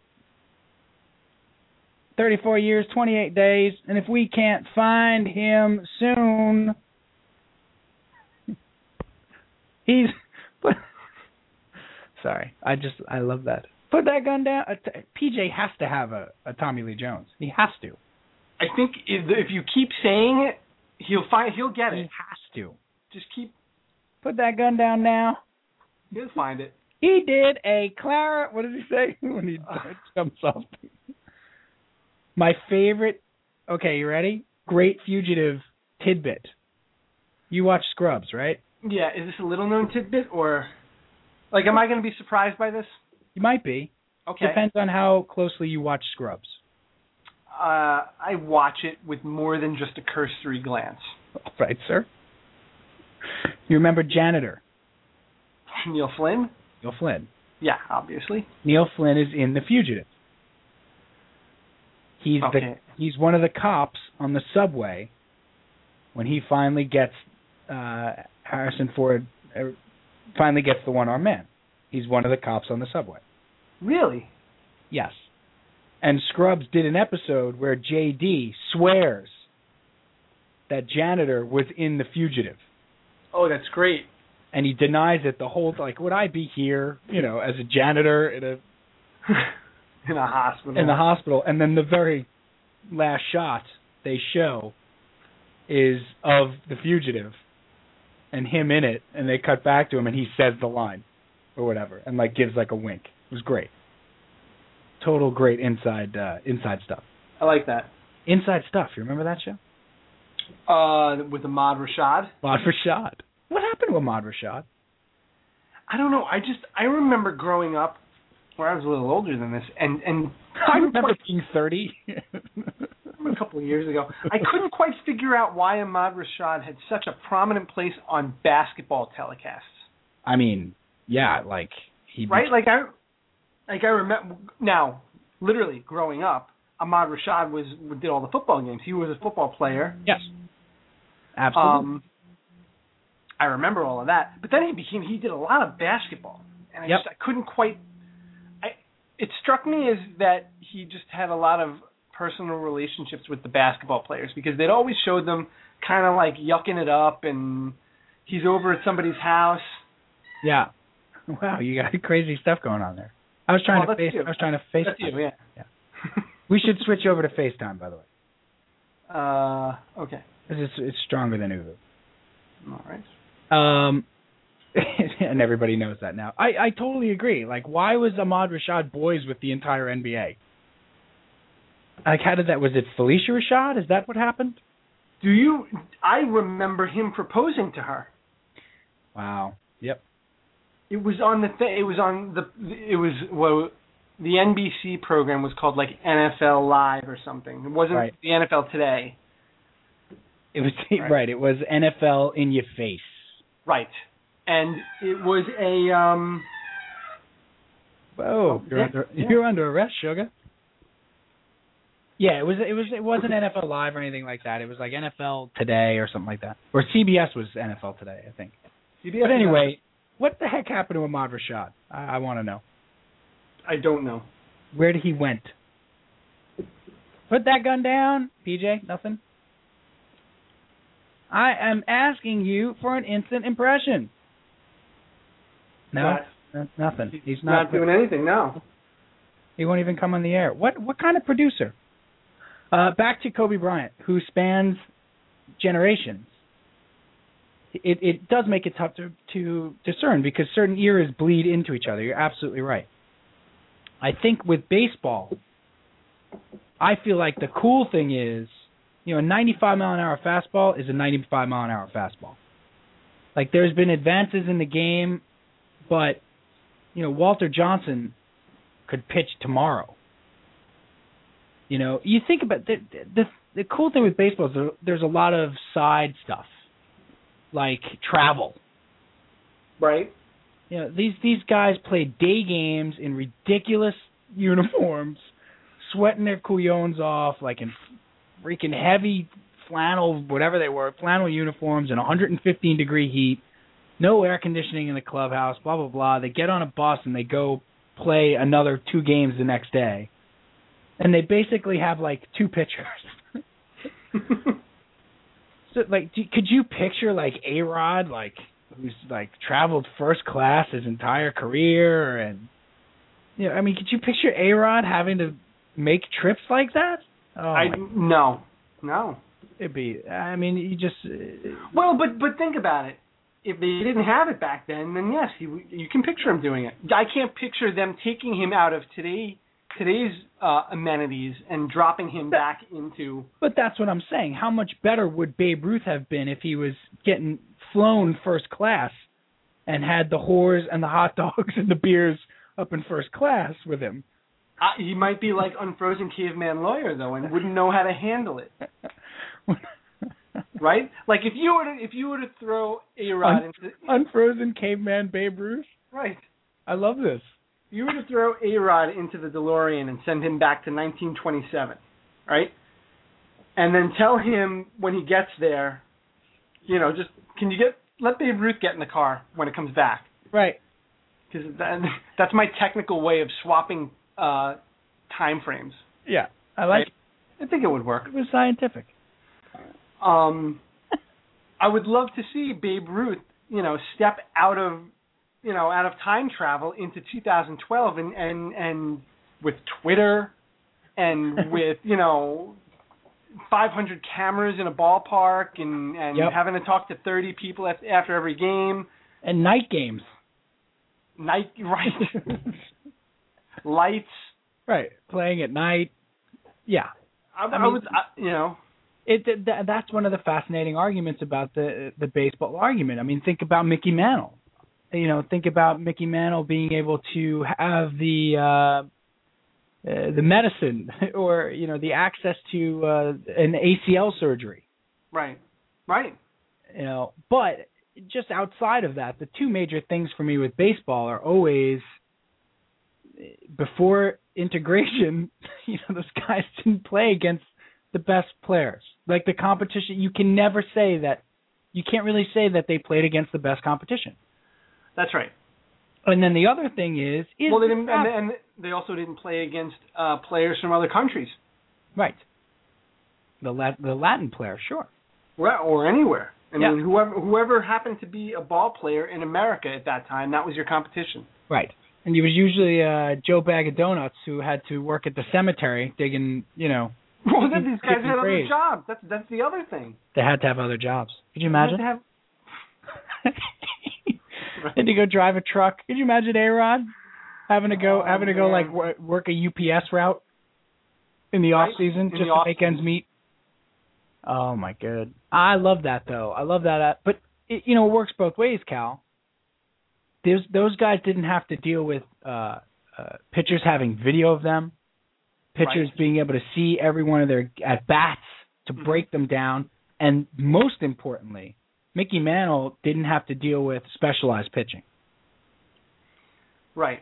S5: 34 years, 28 days, and if we can't find him soon, [LAUGHS] he's. [LAUGHS] Sorry, I just I love that. Put that gun down. Uh, t- PJ has to have a, a Tommy Lee Jones. He has to.
S6: I think if, if you keep saying it, he'll find he'll get
S5: He
S6: it.
S5: has to.
S6: Just keep
S5: Put that gun down now.
S6: he'll find it.
S5: He did a Clara. What did he say [LAUGHS] when he jumps off? My favorite. Okay, you ready? Great fugitive tidbit. You watch Scrubs, right?
S6: Yeah, is this a little known tidbit or like am I going to be surprised by this?
S5: You might be.
S6: Okay.
S5: Depends on how closely you watch Scrubs.
S6: Uh I watch it with more than just a cursory glance.
S5: All right, sir. You remember janitor
S6: Neil Flynn?
S5: Neil Flynn?
S6: Yeah, obviously.
S5: Neil Flynn is in The Fugitive. He's the
S6: Okay.
S5: he's one of the cops on the subway when he finally gets uh Harrison Ford uh, finally gets the one-armed man. He's one of the cops on the subway.
S6: Really?
S5: Yes. And Scrubs did an episode where JD swears that janitor was in The Fugitive
S6: Oh, that's great.
S5: and he denies it the whole like would I be here, you know, as a janitor in a
S6: [LAUGHS] In a hospital.
S5: in the hospital, and then the very last shot they show is of the fugitive and him in it, and they cut back to him, and he says the line or whatever, and like gives like a wink. It was great, total great inside uh, inside stuff.
S6: I like that.
S5: Inside stuff. You remember that show?
S6: Uh with Ahmad Rashad?
S5: Mod Rashad. What happened with Mod Rashad?
S6: I don't know. I just I remember growing up where I was a little older than this and and
S5: [LAUGHS] I remember being thirty.
S6: a couple of years ago. I couldn't quite figure out why Ahmad Rashad had such a prominent place on basketball telecasts.
S5: [LAUGHS] I mean, yeah, like he
S6: Right? Like I like I remember now, literally growing up, Ahmad Rashad was did all the football games. He was a football player.
S5: Yes, absolutely.
S6: Um I remember all of that. But then he became he did a lot of basketball. And I
S5: Yep.
S6: just I couldn't quite I it struck me as that he just had a lot of personal relationships with the basketball players because they'd always showed them kind of like yucking it up and he's over at somebody's house.
S5: Yeah. Wow, you got [LAUGHS] crazy stuff going on there. I was trying
S6: Well,
S5: to
S6: that's
S5: face.
S6: you.
S5: I was trying to face.
S6: That's you, yeah.
S5: [LAUGHS] We should switch over to FaceTime, by the way.
S6: Uh okay.
S5: This is it's stronger than Uvu.
S6: All right.
S5: Um, [LAUGHS] and everybody knows that now. I I totally agree. Like, why was Ahmad Rashad boys with the entire NBA? Like, how did that? Was it Felicia Rashad? Is that what happened?
S6: Do you? I remember him proposing to her.
S5: Wow. Yep.
S6: It was on the th- it was on the it was well the NBC program was called like NFL Live or something. It wasn't
S5: Right.
S6: the NFL Today.
S5: It was [LAUGHS]
S6: Right.
S5: right. It was NFL in your face.
S6: Right. And it was a um
S5: Whoa, Oh, you're
S6: yeah,
S5: under
S6: yeah.
S5: you're under arrest, sugar. Yeah, it was it was it wasn't NFL Live or anything like that. It was like NFL Today or something like that, or CBS was NFL Today, I think.
S6: CBS
S5: But anyway, what the heck happened to Ahmad Rashad? I, I want to know
S6: I don't know.
S5: where he went. Put that gun down, PJ. Nothing. I am asking you for an instant impression. No,
S6: Not-
S5: no- nothing. He's
S6: not,
S5: not
S6: doing anything now.
S5: He won't even come on the air. What what kind of producer? Uh, back to Kobe Bryant, who spans generations. It it does make it tough to to discern because certain eras bleed into each other. You're absolutely right. I think with baseball, I feel like the cool thing is, you know, a 95 mile an hour fastball is a 95 mile an hour fastball. Like there's been advances in the game, but you know, Walter Johnson could pitch tomorrow. You know, you think about the the the cool thing with baseball is there, there's a lot of side stuff, like travel. [LAUGHS]
S6: Right?
S5: You know, these these guys play day games in ridiculous [LAUGHS] uniforms, sweating their cuyones off, like in freaking heavy flannel, whatever they were, flannel uniforms in 115 degree heat, no air conditioning in the clubhouse, blah blah blah. They get on a bus and they go play another two games the next day, and they basically have like two [LAUGHS] pitchers. Oh So, like, do, could you picture like A Rod, like who's like traveled first class his entire career, and you know, I mean, could you picture A Rod having to make trips like that? Oh,
S6: I
S5: my-
S6: no. No.
S5: it'd be. I mean, you just. uh,
S6: Well, but but think about it. If they didn't have it back then, then yes, he, w- you can picture him doing it. I can't picture them taking him out of today today's uh, amenities and dropping him back into
S5: But that's what I'm saying. How much better would Babe Ruth have been if he was getting flown first class and had the whores and the hot [LAUGHS] dogs and the beers up in first class with him? [LAUGHS]
S6: I uh, he might be like unfrozen caveman lawyer though, and wouldn't know how to handle it, right? Like if you were to if you were to throw a rod into
S5: Unfrozen caveman Babe Ruth.
S6: right,
S5: I love this.
S6: if you were to throw a rod into the DeLorean and send him back to 1927, right? And then tell him when he gets there, you know, just can you get let Babe Ruth get in the car when it comes back
S5: Right.
S6: because [LAUGHS] that's my technical way of swapping uh time frames.
S5: Yeah. I like it.
S6: I think it would work.
S5: It was scientific.
S6: um I would love to see Babe Ruth, you know, step out of you know, out of time travel into 2012 and and and with Twitter
S5: [LAUGHS]
S6: and with, you know, 500 cameras in a ballpark and and
S5: Yep.
S6: having to talk to 30 people af- after every game,
S5: And night [LAUGHS] games.
S6: night [LAUGHS] right
S5: [LAUGHS]
S6: lights.
S5: right. Playing at night. Yeah.
S6: I, I,
S5: I mean-
S6: would I, you know,
S5: It th- th- that's one of the fascinating arguments about the the baseball argument. I mean, think about Mickey Mantle. You know, think about Mickey Mantle being able to have the uh, uh the medicine [LAUGHS] or you know the access to uh an ACL surgery.
S6: right. Right.
S5: you know but just outside of that the two major things for me with baseball are always eh, before integration [LAUGHS] you know those guys didn't play against the best players like the competition you can never say that you can't really say that they played against the best competition
S6: That's right.
S5: and then the other thing is is
S6: Well, they
S5: the
S6: didn't,
S5: fact-
S6: and, and they also didn't play against uh, players from other countries
S5: right the Lat- the latin player sure
S6: or, or anywhere. I
S5: Yeah.
S6: mean, whoever whoever happened to be a ball player in America at that time, that was your competition.
S5: Right. And he was usually uh Joe Bag of Donuts who had to work at the cemetery digging, you know,
S6: Well, then these
S5: Keep
S6: guys
S5: them
S6: had other
S5: praised.
S6: jobs. That's that's the other thing.
S5: they had to have other jobs. Could you
S6: They had [LAUGHS]
S5: imagine? [LAUGHS]
S6: to have-
S5: Had to go drive a truck. Could you imagine A Rod having to go
S6: Oh,
S5: having to go
S6: man.
S5: like wor- work a UPS route in the
S6: Right,
S5: off season
S6: in
S5: just
S6: the off
S5: to make ends meet? Oh my god, I love that though. I love that. uh, But it, you know, it works both ways, Cal. There's, those guys didn't have to deal with uh, uh, pitchers having video of them, pitchers being able to see every one of their at bats to
S6: Mm-hmm.
S5: break them down, and most importantly, Mickey Mantle didn't have to deal with specialized pitching.
S6: Right.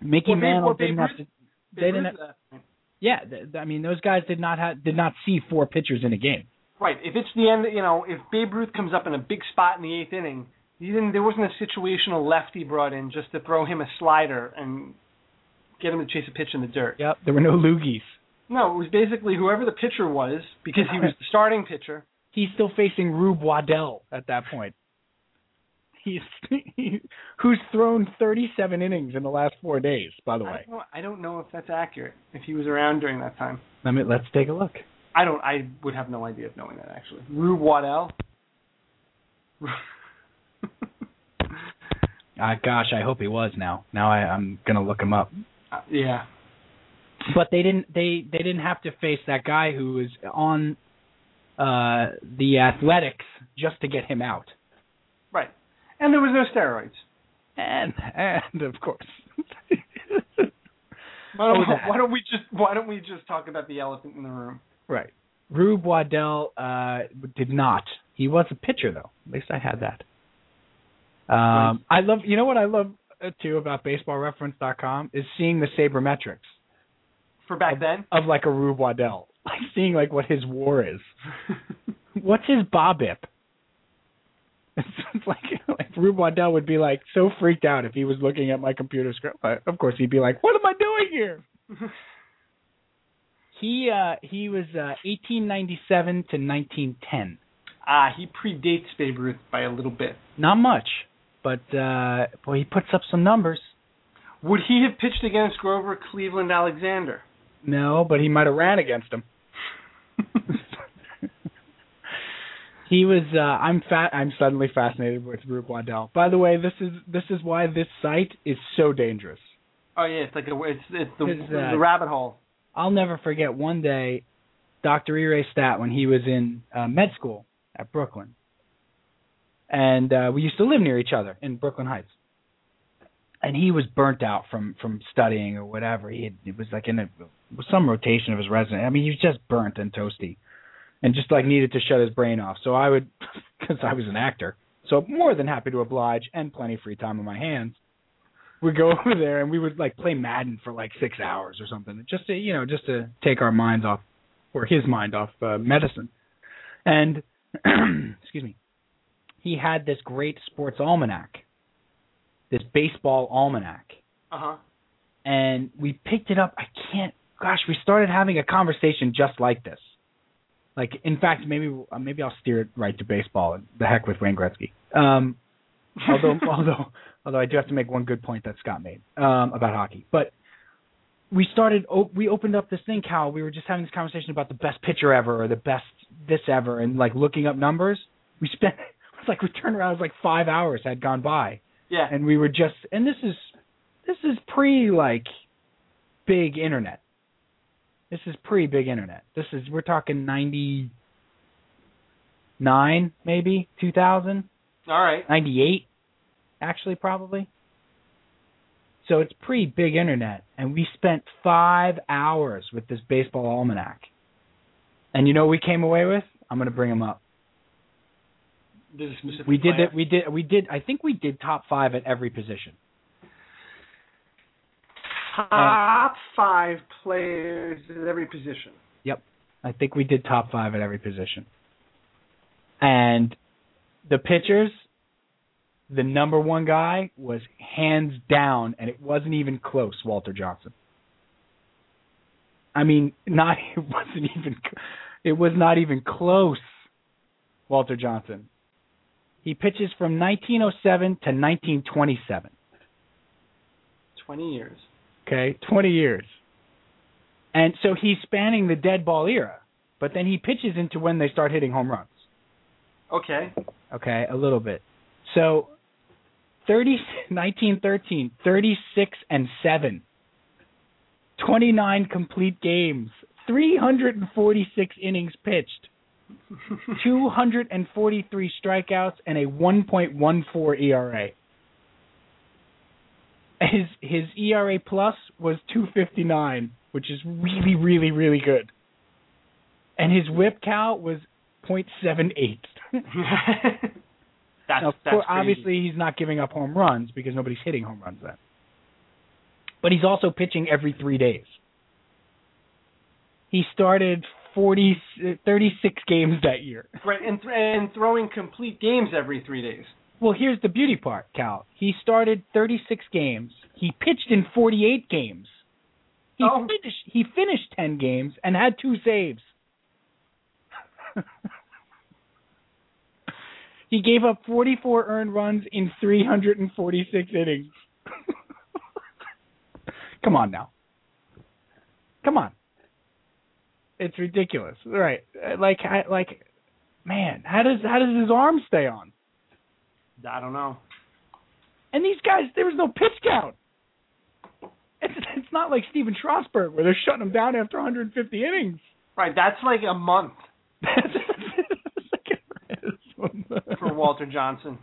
S5: Mickey
S6: Well, Babe-
S5: Mantle
S6: well, Babe
S5: didn't have
S6: Ruth- uh,
S5: to.
S6: They
S5: They didn't-
S6: have,
S5: Yeah, th- th- I mean, those guys did not have did not see four pitchers in a game.
S6: Right. If it's the end, you know, if Babe Ruth comes up in a big spot in the eighth inning, he didn't, there wasn't a situational left he brought in just to throw him a slider and get him to chase a pitch in the dirt.
S5: Yep, there were no loogies.
S6: No, it was basically whoever the pitcher was, because he was the starting
S5: [LAUGHS]
S6: pitcher.
S5: He's still facing Rube Waddell at that point. He's [LAUGHS] who's thrown 37 innings in the last four days. By the
S6: I
S5: way,
S6: don't, know, I don't know if that's accurate. If he was around during that time,
S5: let me let's take a look.
S6: I don't. I would have no idea of knowing that actually. Rube [LAUGHS] Waddell. Uh,
S5: Ah, gosh, I hope he was now. Now I, I'm gonna look him up.
S6: Uh, yeah.
S5: But they didn't they they didn't have to face that guy who was on uh the Athletics just to get him out.
S6: Right. And there was no steroids.
S5: And and of course. [LAUGHS]
S6: Why don't,
S5: Oh, that.
S6: why don't we just Why don't we just talk about the elephant in the room?
S5: Right. Rube Waddell uh, did not. He was a pitcher, though. At least I had that. Um, I love. You know what I love uh, too about BaseballReference.com is seeing the sabermetrics
S6: For back then,
S5: of like a Rube Waddell, [LAUGHS] like seeing like what his WAR is. What's his BOBIP? [LAUGHS] It's like, [LAUGHS] like Rube Waddell would be like so freaked out if he was looking at my computer screen. Uh, Of course, he'd be like, "What am I doing here?" he uh, he was uh, 1897 to 1910.
S6: ah, he predates Babe Ruth by a little bit.
S5: Not much, but uh boy, he puts up some numbers.
S6: Would he have pitched against Grover Cleveland Alexander?
S5: No, but he might have ran against him. [LAUGHS] he was. Uh, I'm fat. I'm suddenly fascinated with Rube Waddell. By the way, this is this is why this site is so dangerous.
S6: Oh yeah, it's like a, it's it's the,
S5: His, uh,
S6: the rabbit hole.
S5: I'll never forget one day, Dr. E. Ray Stat, when he was in uh, med school at Brooklyn, and uh, we used to live near each other in Brooklyn Heights. And he was burnt out from from studying or whatever. He had, it was like in a was some rotation of his resident. I mean, he was just burnt and toasty, and just like needed to shut his brain off. So I would, [LAUGHS] because I was an actor, so more than happy to oblige and plenty of free time on my hands we'd go [LAUGHS] over there and we would like play Madden for like six hours or something, just to you know, just to take our minds off or his mind off uh, medicine. And [CLEARS THROAT] excuse me, he had this great sports almanac, this baseball almanac,
S6: Uh huh.
S5: and we picked it up. I can't. Gosh, we started having a conversation just like this. Like, in fact, maybe uh, maybe I'll steer it right to baseball. and The heck with Wayne Gretzky. Um,
S6: [LAUGHS]
S5: although [LAUGHS] although although I do have to make one good point that Scott made um, about hockey. But we started op- we opened up this thing, Cal. We were just having this conversation about the best pitcher ever or the best this ever, and like looking up numbers. We spent [LAUGHS] it was like we turned around. It was like five hours had gone by,
S6: Yeah.
S5: and we were just and this is this is pre like big internet. This is pre big internet. This is we're talking ninety nine maybe two thousand.
S6: All right.
S5: 98 actually probably so it's pretty big internet and we spent five hours with this baseball almanac and you know what we came away with i'm going to bring them up
S6: There's a specific
S5: we did
S6: player.
S5: that we did we did i think we did top five at every position
S6: uh, Top five players at every position.
S5: i think we did top five at every position and the pitchers the number one guy was hands down and it wasn't even close walter johnson I mean, not [LAUGHS] it wasn't even it was not even close. Walter Johnson. He pitches from 1907 to 1927.
S6: Twenty years.
S5: Okay, 20 years. And so he's spanning the dead ball era, but then he pitches into when they start hitting home runs.
S6: Okay.
S5: Okay, a little bit. So [LAUGHS] 30 1913, 36 and 7. 29 complete games, 346 innings pitched, 243 strikeouts and a 1.14 ERA. E His his ERA plus was 259, which is really really really good. And his whip count was
S8: [LAUGHS]
S5: .78.
S8: That's,
S5: Now, of
S8: that's
S5: course,
S8: crazy.
S5: obviously he's not giving up home runs because nobody's hitting home runs then. But he's also pitching every three days. He started 40, uh, 36 games that year.
S6: Right, and th- and throwing complete games every three days.
S5: Well, here's the beauty part, Cal. He started 36 games. He pitched in 48 games. He
S6: Oh.
S5: finished he finished 10 games and had two saves. [LAUGHS] he gave up 44 earned runs in 346 innings. [LAUGHS] Come on now. Come on. It's ridiculous. Right. Uh, Like I, like man, how does how does his arm stay on?
S6: I don't know.
S5: And these guys, there was no pitch count. It's, it's not like Steven Strasburg where they're shutting him down after 150 innings. [LAUGHS]
S6: Right, that's like a month
S5: [LAUGHS]
S6: for Walter Johnson.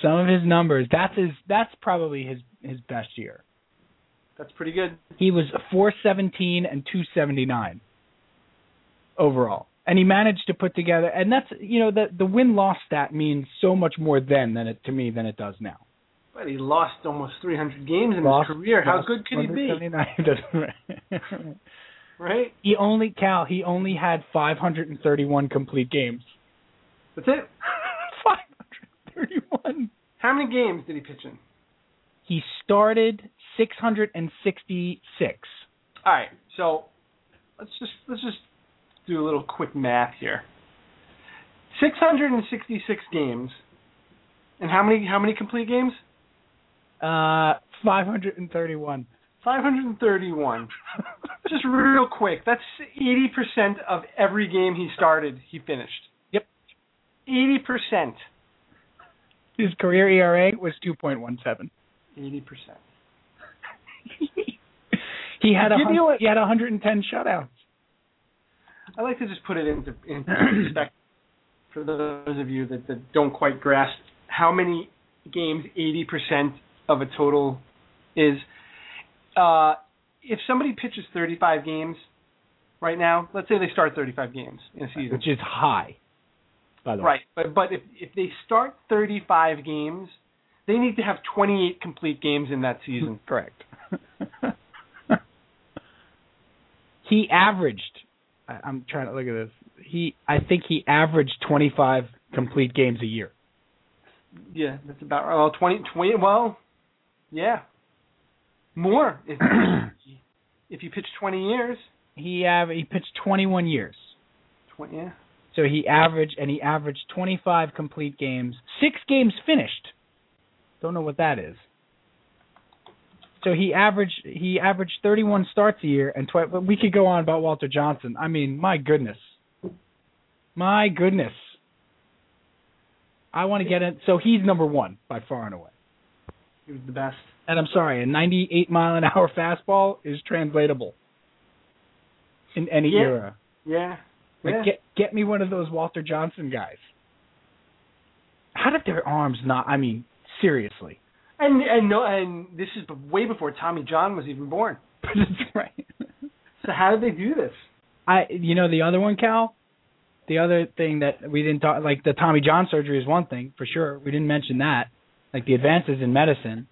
S5: Some of his numbers. That's his. That's probably his his best year.
S6: That's pretty good.
S5: He was 417 and 279 overall, and he managed to put together. And that's you know the the win loss stat means so much more then than it to me than it does now.
S6: But he lost almost 300 games in
S5: Lost-
S6: his career. How
S5: lost
S6: good could he be?
S5: 179. [LAUGHS] Doesn't-
S6: Right?
S5: He only Cal. He only had 531 complete
S6: [LAUGHS]
S5: games.
S6: That's it.
S5: 531.
S6: How many games did he pitch in?
S5: He started 666.
S6: All right, so let's just let's just do a little quick math here. 666 games, and how many how many complete games?
S5: Uh, 531.
S6: 531. just real quick, that's 80% of every game he started, he finished.
S5: Yep.
S6: 80%.
S5: His career ERA was
S6: [LAUGHS]
S5: 2.17.
S6: 80%.
S5: He had a
S6: Give you
S5: hun- he had 110 shutouts.
S6: I like to just put it into, into perspective for those of you that, that don't quite grasp how many games 80% of a total is. Uh, if somebody pitches 35 games right now, let's say they start 35 games in a season.
S5: which is high. By the way,
S6: Right, but but if if they start 35 games, they need to have 28 complete games in that season.
S5: correct. [LAUGHS] he averaged. I, I'm trying to look at this. He, I think he averaged 25 complete games a year.
S6: Hmm. Yeah, that's about right. Well, 20, 20 well, yeah, more if [CLEARS THROAT] if you pitch 20 years.
S5: He av- he pitched 21 years,
S6: 20, yeah,
S5: so he averaged and he averaged 25 complete games, six games finished. Don't know what that is. So he averaged he averaged 31 starts a year and 12. But we could go on about Walter Johnson. I mean, my goodness, my goodness. I want to get it. So he's number one by far and away.
S6: he was the best.
S5: And I'm sorry, a 98 mile an hour fastball is translatable in any
S6: Yeah.
S5: era.
S6: Yeah,
S5: Like
S6: yeah.
S5: get get me one of those Walter Johnson guys. How did their arms not? I mean, seriously. [LAUGHS]
S6: and and no, and this is b- way before Tommy John was even born.
S5: That's right.
S6: So how did they do this?
S5: I you know the other one, Cal. The other thing that we didn't talk like the Tommy John surgery is one thing for sure. We didn't mention that. Like the advances in medicine,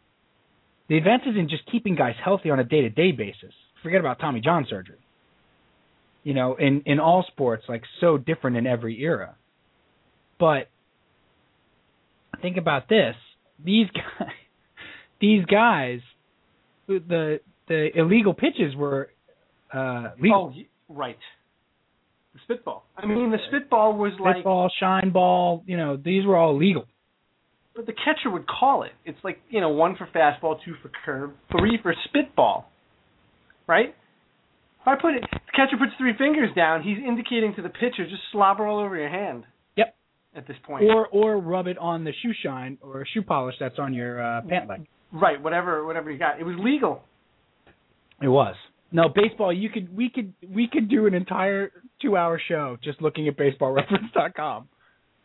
S5: the advances in just keeping guys healthy on a day to day basis. Forget about Tommy John surgery. You know, in in all sports, like so different in every era. But think about this: these [LAUGHS] guys, these guys, the the illegal pitches were uh, legal.
S6: Oh, y- right, the spitball. I mean, the spitball was like
S5: Pitfall, shine ball, you know, these were all legal.
S6: But the catcher would call it. It's like, you know, one for fastball, two for curve, three for spitball. Right? If I put it the catcher puts three fingers down, he's indicating to the pitcher, just slobber all over your hand.
S5: Yep.
S6: At this point.
S5: Or or rub it on the shoe shine or shoe polish that's on your uh, pant leg.
S6: right, whatever whatever you got. It was legal.
S5: It was. No, baseball you could we could we could do an entire two hour show just looking at baseballreference.com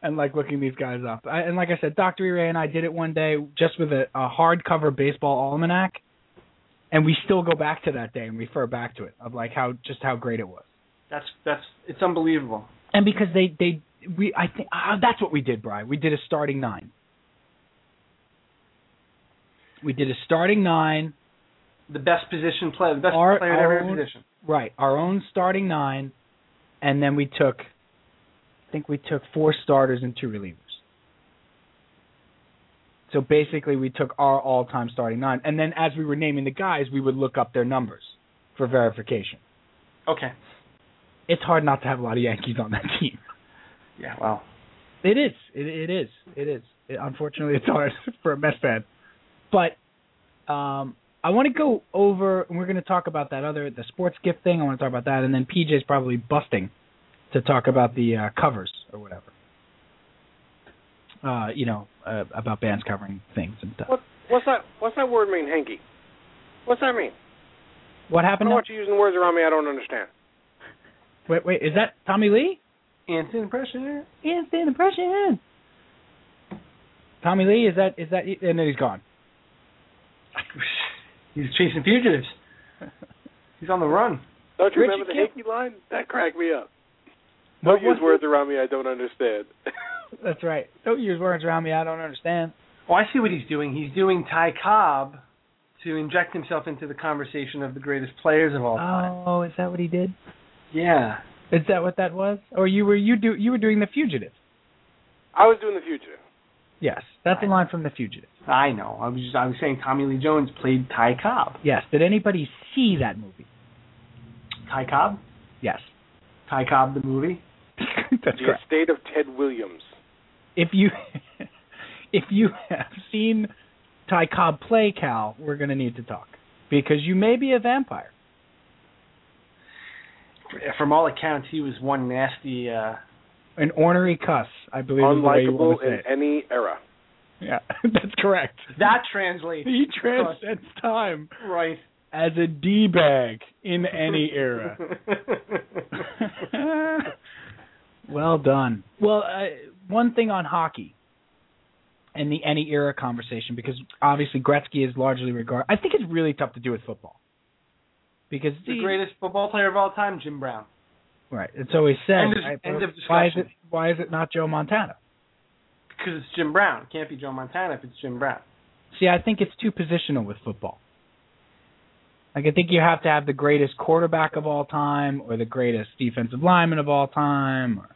S5: and like looking these guys up. I, and like I said, Dr. E. Ray and I did it one day just with a, a hardcover baseball almanac, and we still go back to that day and refer back to it of like how just how great it was.
S6: That's that's it's unbelievable.
S5: And because they they we I think ah, that's what we did, Brian. We did a starting nine. We did a starting nine,
S6: The best position player, the best
S5: Our
S6: player at every
S5: own-
S6: position.
S5: right? Our own starting nine, and then we took, I think we took four starters and two relievers. So basically, we took our all-time starting nine, and then as we were naming the guys, we would look up their numbers for verification.
S6: Okay.
S5: It's hard not to have a lot of Yankees on that [LAUGHS] team.
S6: Yeah. Wow.
S5: It is. It, it is. It is. It, unfortunately, it's hard [LAUGHS] for a Mets fan. But um, I want to go over, and we're going to talk about that other the sports gift thing. I want to talk about that, and then PJ's probably busting to talk about the uh, covers or whatever. Uh, you know, uh, about bands covering things and stuff.
S7: What, what's that? What's that word mean, hanky? What's that mean?
S5: What
S7: I
S5: happened?
S7: don't
S5: now?
S7: want you using words around me I don't understand.
S5: Wait, wait, is that Tommy Lee?
S6: Instant impression.
S5: Instant impression. Tommy Lee, is that is that? And then he's gone.
S6: [LAUGHS] He's chasing [LAUGHS] fugitives. He's on the run.
S7: Don't you
S5: Richie
S7: remember the
S5: Kim-
S7: hanky line? That cracked me up.
S5: What
S7: Don't use
S5: was
S7: words around me I don't understand. [LAUGHS]
S5: That's right. Don't use words around me. I don't understand.
S6: Oh, I see what he's doing. He's doing Ty Cobb to inject himself into the conversation of the greatest players of all time.
S5: Oh, is that what he did?
S6: Yeah.
S5: Is that what that was? Or you were you do you were doing the fugitive?
S7: I was doing the future.
S5: Yes, that's a line from the fugitive.
S6: I know. I was just, I was saying Tommy Lee Jones played Ty Cobb.
S5: Yes. Did anybody see that movie?
S6: Ty Cobb?
S5: Yes.
S6: Ty Cobb the movie?
S5: [LAUGHS] that's
S7: The estate of Ted Williams.
S5: If you [LAUGHS] if you have seen Ty Cobb play Cal, we're going to need to talk because you may be a vampire.
S6: From all accounts, he was one nasty. Uh,
S5: An ornery cuss, I believe is the way you
S7: Unlikable
S5: want to say
S7: in
S5: it.
S7: any era.
S5: Yeah, [LAUGHS] that's correct.
S6: that translates
S5: He transcends time
S6: right. [LAUGHS]
S5: as a d bag [LAUGHS] in any era. [LAUGHS] well done. Well, uh, one thing on hockey and the any era conversation, because obviously Gretzky is largely regarded. I think it's really tough to do with football because
S6: the
S5: he-
S6: greatest football player of all time, Jim Brown.
S5: Right, it's always said.
S6: End of-
S5: right,
S6: end of
S5: why is it
S6: discussion.
S5: why is it not Joe Montana?
S6: Because it's Jim Brown. It can't be Joe Montana if it's Jim Brown.
S5: See, I think it's too positional with football. Like I think you have to have the greatest quarterback of all time, or the greatest defensive lineman of all time, or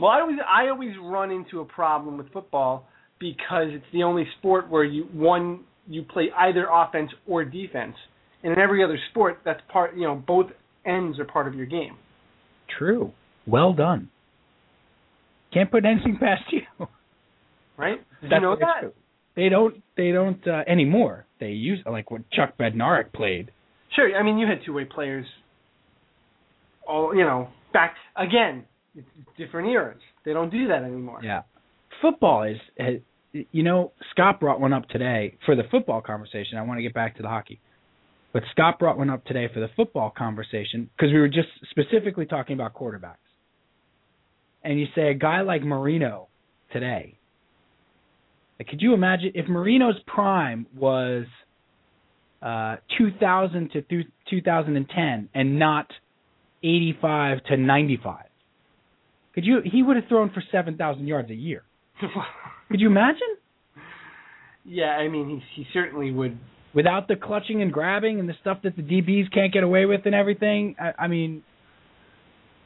S6: Well, I always I always run into a problem with football because it's the only sport where you one you play either offense or defense, and in every other sport that's part you know both ends are part of your game.
S5: True. Well done. Can't put anything past you. [LAUGHS]
S6: Right? Did
S5: That's
S6: you know
S5: very
S6: that?
S5: true. They don't. They don't uh, anymore. They use like what Chuck Bednarik played.
S6: Sure. I mean, you had two way players. All you know, back again, it's different eras. They don't do that anymore.
S5: Yeah. Football is. Has, you know, Scott brought one up today for the football conversation. I want to get back to the hockey, but Scott brought one up today for the football conversation because we were just specifically talking about quarterbacks. And you say a guy like Marino today. Like, could you imagine if Marino's prime was uh, 2000 to th- 2010 and not 85 to 95? Could you? He would have thrown for 7,000 yards a year. Could you imagine?
S6: [LAUGHS] yeah. I mean, he he certainly would.
S5: Without the clutching and grabbing and the stuff that the DBs can't get away with and everything. I, I mean,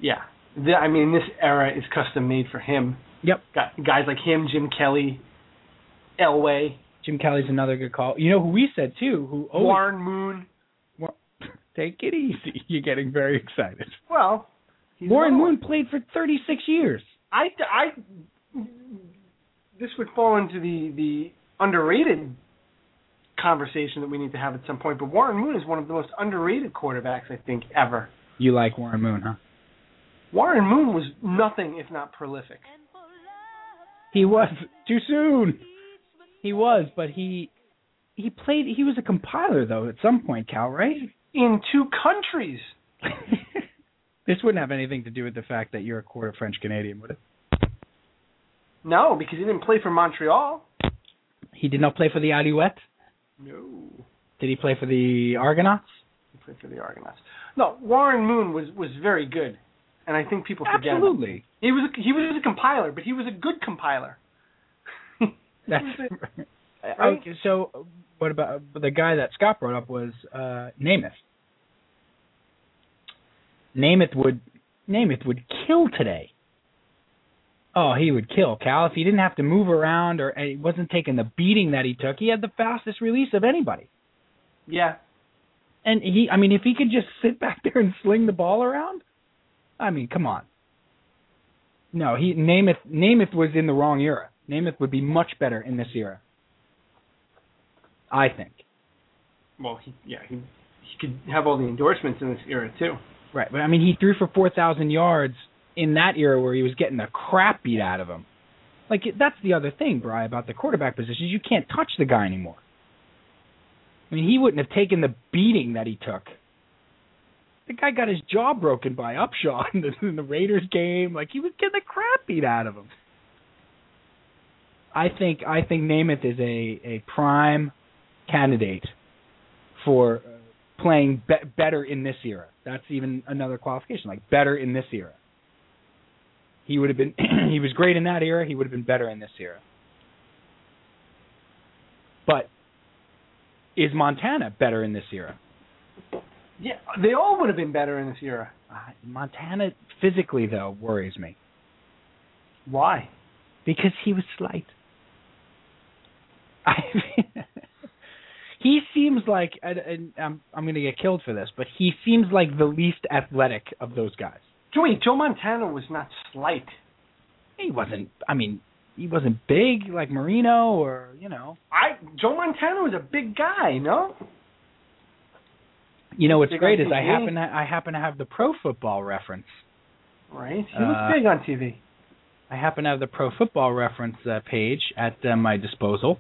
S6: Yeah. The, I mean, this era is custom made for him.
S5: Yep.
S6: Got guys like him, Jim Kelly, Elway,
S5: Jim Kelly's another good call. You know who we said too, who always
S6: Warren Moon.
S5: War- Take it easy. [LAUGHS] You're getting very excited.
S6: Well, he's
S5: Warren
S6: another one.
S5: Moon played for 36 years.
S6: I I this would fall into the the underrated conversation that we need to have at some point. But Warren Moon is one of the most underrated quarterbacks I think ever.
S5: You like Warren Moon, huh?
S6: Warren Moon was nothing if not prolific.
S5: He was too soon. He was, but he he played. He was a compiler though at some point, Cal, right?
S6: In two countries,
S5: [LAUGHS] This wouldn't have anything to do with the fact that you're a quarter French Canadian, would it?
S6: No, because he didn't play for Montreal.
S5: He did not play for the Alouettes.
S6: No.
S5: Did he play for the Argonauts?
S6: He played for the Argonauts. No, Warren Moon was was very good, and I think people forget. about him.
S5: Absolutely.
S6: He was a, he was a compiler, but he was a good compiler. [LAUGHS]
S5: That's [LAUGHS]
S6: Right?
S5: okay. So, what about but the guy that Scott brought up was uh, Namath? Namath would Namath would kill today. Oh, he would kill Cal if he didn't have to move around or and he wasn't taking the beating that he took. He had the fastest release of anybody,
S6: Yeah.
S5: and he I mean if he could just sit [LAUGHS] back there and sling the ball around, I mean come on. No, he Namath Namath was in the wrong era. Namath would be much better in this era. I think.
S6: Well, he, yeah, he he could have all the endorsements in this era too.
S5: Right, but I mean, he threw for four thousand yards in that era where he was getting the crap beat out of him. Like it- that's the other thing, Bry, about the quarterback position is you can't touch the guy anymore. I mean, he wouldn't have taken the beating that he took. The guy got his jaw broken by Upshaw in the, in the Raiders game. Like he was getting the crap beat out of him. I think I think Namath is a a prime candidate for uh, playing be- better in this era. That's even another qualification, like better in this era. He would have been [CLEARS THROAT] he was great in that era, he would have been better in this era. But is Montana better in this era?
S6: Yeah, they all would have been better in this era.
S5: Uh, Montana physically though worries me
S6: Why?
S5: because he was slight. I mean, [LAUGHS] he seems like and, and I'm I'm going to get killed for this, but he seems like the least athletic of those guys.
S6: Joey, Joe Montana was not slight.
S5: he wasn't I mean, he wasn't big like Marino or, you know.
S6: I Joe Montana was a big guy, no?
S5: You know what's
S6: Big on
S5: great is I
S6: TV.
S5: happen to, I happen to have the pro football reference.
S6: Right? He
S5: Uh,
S6: was big on TV.
S5: I happen to have the pro football reference uh, page at uh, my disposal.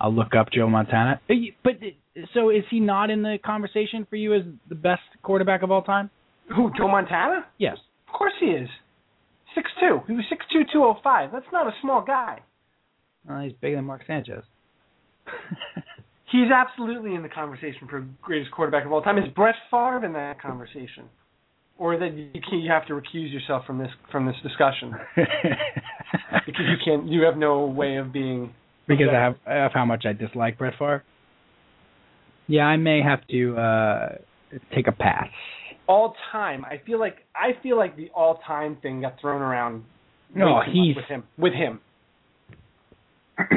S5: I'll look up Joe Montana. Uh, you- But uh, so is he not in the conversation for you as the best quarterback of all time?
S6: Who? Joe Montana?
S5: Yes.
S6: Of course he is. Six two. He was six two two oh five. That's not a small [LAUGHS] guy.
S5: Well, Uh, he's bigger than Mark Sanchez. [LAUGHS]
S6: He's absolutely in the conversation for greatest quarterback of all time. Is Brett Favre in that conversation? Or that you, can, you have to recuse yourself from this from this discussion [LAUGHS] because you can't. You have no way of being.
S5: because I have of how much I dislike Brett Favre. Yeah, I may have to uh take a pass.
S6: all time. I feel like I feel like the all time thing got thrown around.
S5: No,
S6: way too much
S5: he's
S6: with him. With him, you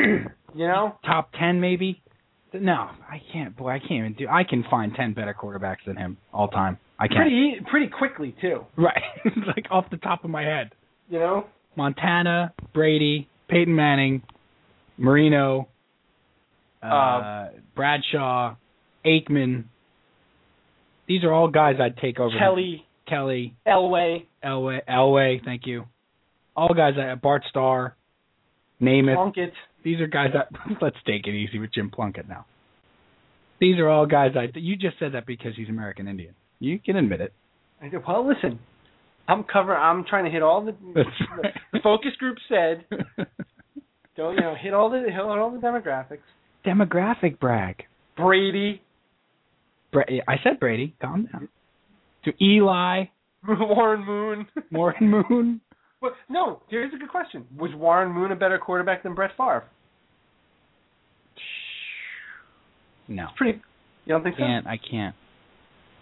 S6: know.
S5: [CLEARS THROAT] top ten maybe. No, I can't. Boy, I can't even do. I can find ten better quarterbacks than him all time. I can't.
S6: Pretty e- pretty quickly too.
S5: [LAUGHS] Right, It's like off the top of my head.
S6: You know.
S5: Montana, Brady, Peyton Manning, Marino, uh,
S6: Uh,
S5: Bradshaw, Aikman. These are all guys I'd take over. him.
S6: Kelly,
S5: Kelly,
S6: Elway,
S5: Elway, Elway. Thank you. All guys. I, Bart Starr, Namath.
S6: Plunkett.
S5: These are guys that [LAUGHS] let's take it easy with Jim Plunkett now. These are all guys I you just said that because he's American Indian. You can admit it. [LAUGHS]
S6: I said, well, listen, I'm cover. I'm trying to hit all
S5: [LAUGHS]
S6: the.
S5: That's
S6: The
S5: right.
S6: focus group said, don't you know, hit all the hit all the demographics.
S5: Demographic brag.
S6: Brady, [LAUGHS]
S5: Bra- I said Brady. Calm down. To Eli,
S6: Warren Moon.
S5: Warren Moon.
S6: Well, no, here's a good question. Was Warren Moon a better quarterback than Brett Favre?
S5: No,
S6: Pretty. You don't think so?
S5: can't. I can't.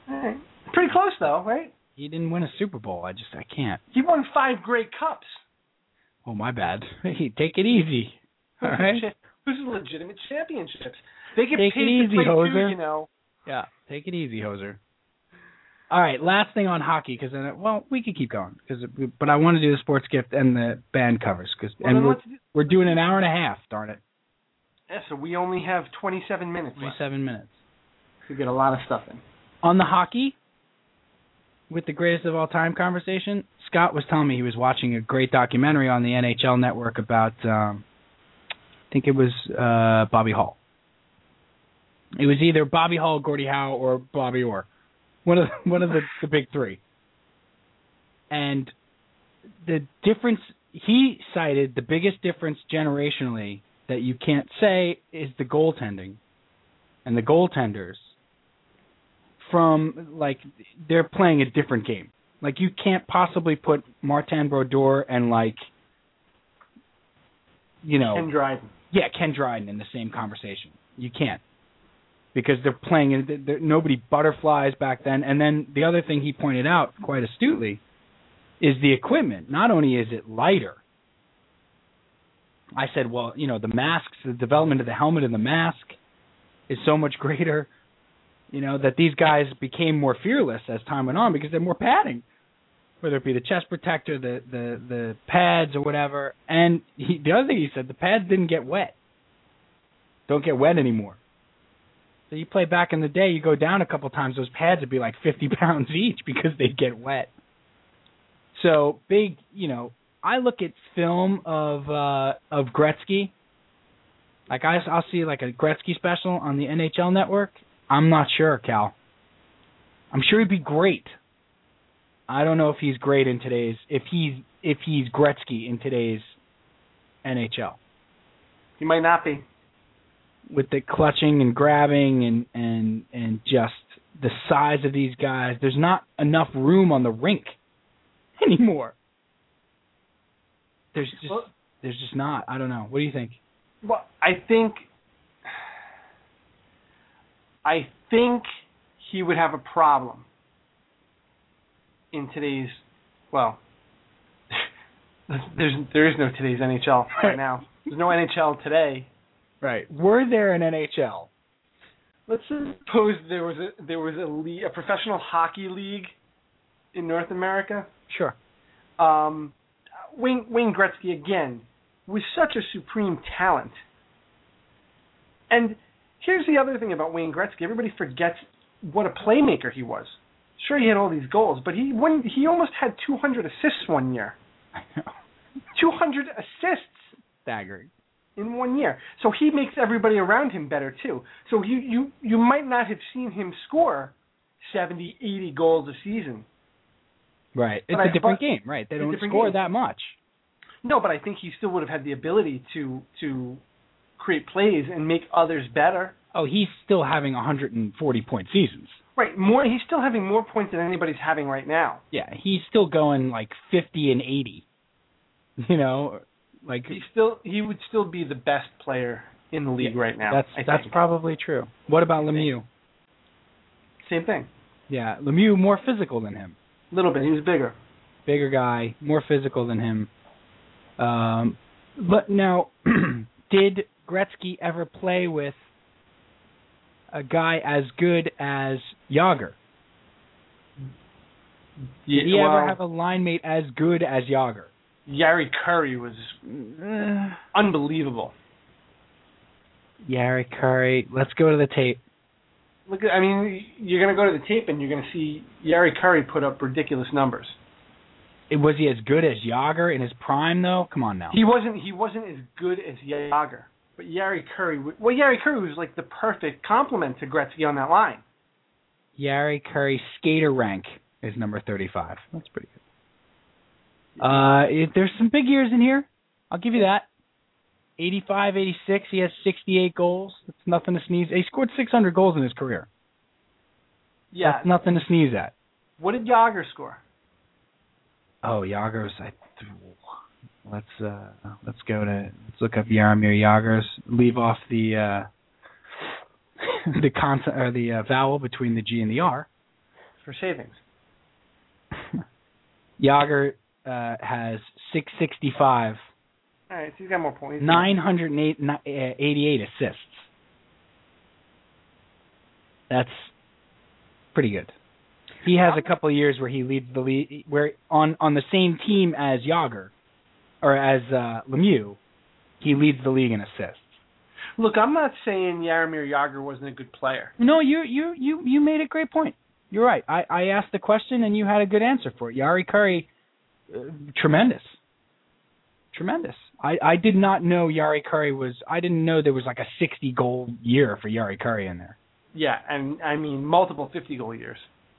S6: All right. Pretty close though, right?
S5: He didn't win a Super Bowl. I just I can't.
S6: He won five great cups.
S5: Oh my bad. [LAUGHS] Hey, take it easy. All right.
S6: This is legitimate championships. They get
S5: Take it
S6: paid
S5: easy,
S6: to play too,
S5: hoser.
S6: you know.
S5: Yeah, take it easy, hoser. All right, last thing on hockey because well, we could keep going because but I want to do the sports gift and the band covers because
S6: Well,
S5: and
S6: then
S5: we're,
S6: let's do-
S5: we're doing an hour and a half. Darn it,
S6: Yeah, so we only have 27 minutes
S5: only
S6: left.
S5: seven minutes
S6: We get a lot of stuff in.
S5: on the hockey with the greatest of all time conversation. Scott was telling me he was watching a great documentary on the NHL Network about um, I think it was uh, Bobby Hall. It was [LAUGHS] either Bobby Hall, Gordie Howe, or Bobby Orr. One of the, one of the, the big three. and the difference he cited the biggest difference generationally that you can't say is the goaltending and the goaltenders from like they're playing a different game. Like you can't possibly put Martin Brodeur and like you know
S6: and driving.
S5: yeah, Ken Dryden in the same conversation. You can't because they're playing. in- there- there- Nobody butterflies back then. And then the other thing he pointed out quite astutely is the equipment. Not only is it lighter, I said, well, you know, the masks, the development of the helmet and the mask is so much greater. You know that these guys became more fearless as time went on because they're more padding whether it be the chest protector, the the the pads or whatever. And he, the other thing he said, the pads didn't get wet. Don't get wet anymore. So you play back in the day, you go down a couple times, those pads would be like 50 [LAUGHS] pounds each because they'd get wet. So big, you know, I look at film of uh of Gretzky. Like I, I'll see like a Gretzky special on the NHL Network. I'm not sure, Cal. I'm sure he'd be great. I don't know if he's great in today's if he's if he's Gretzky in today's NHL
S6: He might not be.
S5: with the clutching and grabbing and and and just the size of these guys. There's not enough room on the rink [LAUGHS] anymore. There's just
S6: Well-
S5: there's just not. I don't know. What do you think?
S6: Well, I think I think he would have a problem in today's well [LAUGHS] there's there is no today's NHL right now. There's no NHL today.
S5: Right. Were there an NHL?
S6: Let's suppose there was a there was a league, a professional hockey league in North America.
S5: Sure.
S6: Um, Wayne, Wayne Gretzky again was such a supreme talent. And here's the other thing about Wayne Gretzky: everybody forgets what a playmaker he was. Sure, he had all these goals, but he won, he almost had 200 assists one year.
S5: I know. [LAUGHS]
S6: 200 assists
S5: Staggering.
S6: in one year. So he makes everybody around him better too. So you you you might not have seen him score 70, 80 goals a season.
S5: Right. It's
S6: But I-
S5: a different
S6: but-
S5: game, right? They
S6: a
S5: don't
S6: different
S5: score
S6: game.
S5: that much.
S6: No, but I think he still would have had the ability to to create plays and make others better.
S5: Oh, he's still having 140 point seasons.
S6: Right, more he's still having more points than anybody's having right now.
S5: Yeah, he's still going like 50 and 80. You know, like
S6: He still he would still be the best player in the league
S5: Yeah,
S6: right now.
S5: that's
S6: I
S5: that's
S6: think.
S5: probably true. What about Lemieux?
S6: same thing.
S5: Yeah, Lemieux more physical than him.
S6: A little bit. He was bigger.
S5: Bigger guy, more physical than him. Um but now [CLEARS THROAT] did Gretzky ever play with a guy as good as Yager? Did he ever
S6: well,
S5: have a line mate as good as Yager?
S6: Yari Curry was eh, unbelievable.
S5: Yari Curry. Let's go to the tape.
S6: Look, at- I mean, you're going to go to the tape and you're going to see Yari Curry put up ridiculous numbers.
S5: It- Was he as good as Yager in his prime, though? Come on now.
S6: He wasn't. He wasn't as good as Yager, but Yari Curry. w- Well, Yari Curry was like the perfect complement to Gretzky on that line.
S5: Yari Curry skater rank is number 35. That's pretty good. Uh, it, there's some big years in here. I'll give you that. 85, 86. He has 68 goals. That's nothing to sneeze. He scored 600 goals in his career.
S6: Yeah.
S5: That's nothing to sneeze at.
S6: What did Yager score?
S5: Oh, Yager's. I, let's uh, let's go to let's look up Yaramir Yager's. Leave off the uh, [LAUGHS] the consonant or the uh, vowel between the G and the R.
S6: for savings.
S5: Yager uh, has 665,
S6: All right, so he's got more points.
S5: 988 assists. That's pretty good. He has a couple of years where he leads the lead, where on on the same team as Yager, or as uh, Lemieux, he leads the league in assists.
S6: Look, I'm not saying Yaramir Yager wasn't a good player.
S5: No, you you you you made a great point. You're right. I I asked the question and you had a good answer for it. Yari Curry, uh, tremendous, tremendous. I I did not know Yari Curry was. I didn't know there was like a 60 goal year for Yari Curry in there.
S6: Yeah, and I mean multiple 50 goal years.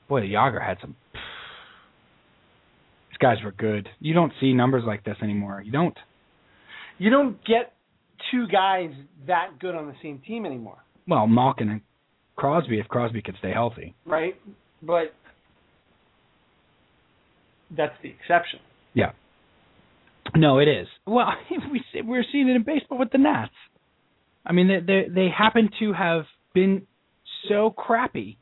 S5: Boy, the Yager had some. This guys were good. You don't see numbers like this anymore. You don't.
S6: You don't get two guys that good on the same team anymore,
S5: Well, Malkin and Crosby, if Crosby could stay healthy.
S6: right? But that's the exception.
S5: No, it is. Well, [LAUGHS] we see- we're seeing it in baseball with the Nats. I mean, they they, they happen to have been so crappy